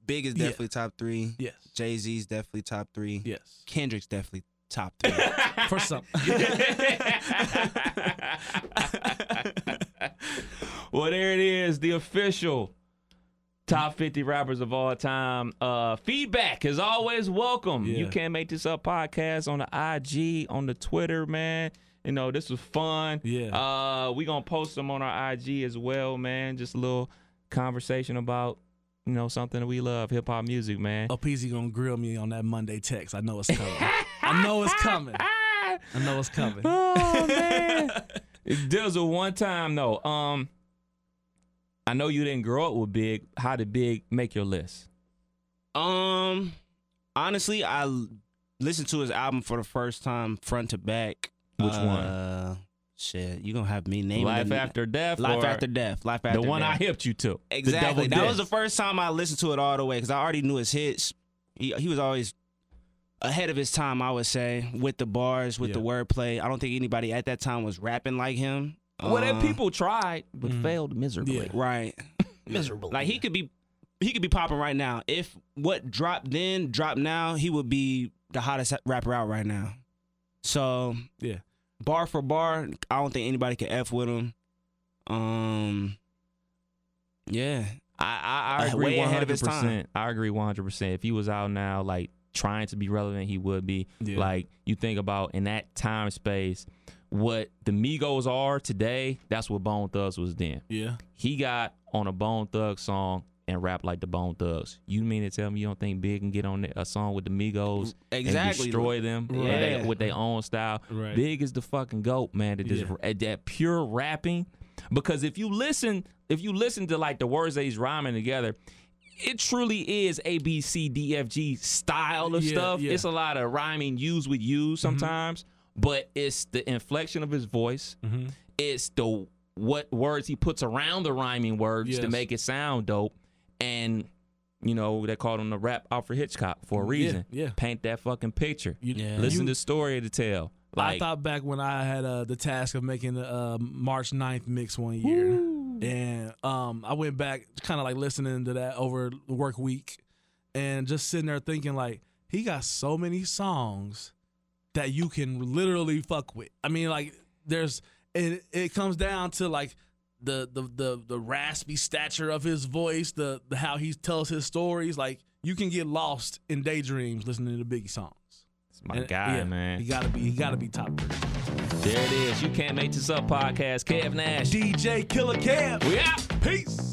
S5: Big is
S4: Yeah.
S5: definitely top three.
S4: Yes.
S5: Jay Z's definitely top three.
S4: Yes.
S5: Kendrick's definitely top three.
S4: For some.
S3: well, there it is, the official top 50 rappers of all time. Uh, feedback is always welcome.
S4: Yeah.
S3: You can make this up podcast on the IG, on the Twitter, man. You know, this was fun.
S4: Yeah.
S3: Uh, we gonna post them on our IG as well, man. Just a little conversation about, you know, something that we love, hip hop music, man.
S4: OPZ Oh, gonna grill me on that Monday text. I know it's coming. I know it's coming.
S3: Ah!
S4: I know it's coming.
S3: Oh man. Dizzle, one time though. Um, I know you didn't grow up with Big. How did Big make your list?
S5: Um, honestly, I l- listened to his album for the first time, front to back.
S3: Which one?
S5: Uh, shit, you gonna have me name
S3: Life
S5: the-
S3: after death.
S5: Life
S3: or
S5: after death. Life
S3: The
S5: after
S3: one
S5: death.
S3: I hipped you to. The
S5: Exactly.
S3: Double
S5: That was the
S3: Death.
S5: first time I listened to it all the way because I already knew his hits. He, he was always ahead of his time, I would say, with the bars, with the wordplay. I don't think anybody at that time was rapping like him.
S3: Well,
S5: Uh,
S3: that people tried but failed miserably.
S4: Yeah.
S5: right?
S4: Miserable.
S5: Like he could be, he could be popping right now. If what dropped then dropped now, he would be the hottest rapper out right now. So
S4: Yeah.
S5: bar for bar, I don't think anybody could f with him. Um, yeah,
S3: I, I, I
S5: Uh,
S3: agree
S5: way
S3: one
S5: ahead
S3: hundred
S5: of his time.
S3: percent. I agree one hundred percent. If he was out now, like trying to be relevant, he would be.
S4: Yeah.
S3: Like you think about in that time space, what the Migos are today, that's what Bone Thugs was then.
S4: Yeah.
S3: He got on a Bone Thug song and rapped like the Bone Thugs. You mean to tell me you don't think Big can get on a song with the Migos and
S5: Exactly.
S3: destroy them and
S5: Right.
S3: they- with their own style?
S4: Right.
S3: Big is the fucking goat, man. That just
S4: Yeah.
S3: at that pure rapping, because if you listen, if you listen to like the words that he's rhyming together. It truly is A B C D F G style of
S4: Yeah,
S3: stuff.
S4: yeah. Mm-hmm.
S3: It's a lot of rhyming use with you sometimes, but it's the inflection of his voice
S4: Mm-hmm.
S3: it's the what words he puts around the rhyming words to
S4: Yes.
S3: make it sound dope and you know they called him the rap Alfred Hitchcock for a reason
S4: yeah.
S3: paint that fucking picture
S4: You- Yeah.
S3: listen
S4: you-
S3: to the story to tell like
S4: I thought back when I had uh, the task of making the uh, March 9th mix one year, and um, I went back kind of like listening to that over the work week, and just sitting there thinking like he got so many songs that you can literally fuck with. I mean, like there's it. It comes down to like the the the the raspy stature of his voice, the, the how he tells his stories. Like you can get lost in daydreams listening to the Biggie songs.
S3: it's my
S4: And,
S3: guy
S4: yeah,
S3: man
S4: He gotta be. He gotta be top three.
S3: there it is you can't make this up podcast Kev Nash
S4: DJ Killer Cab.
S3: we out
S4: Peace.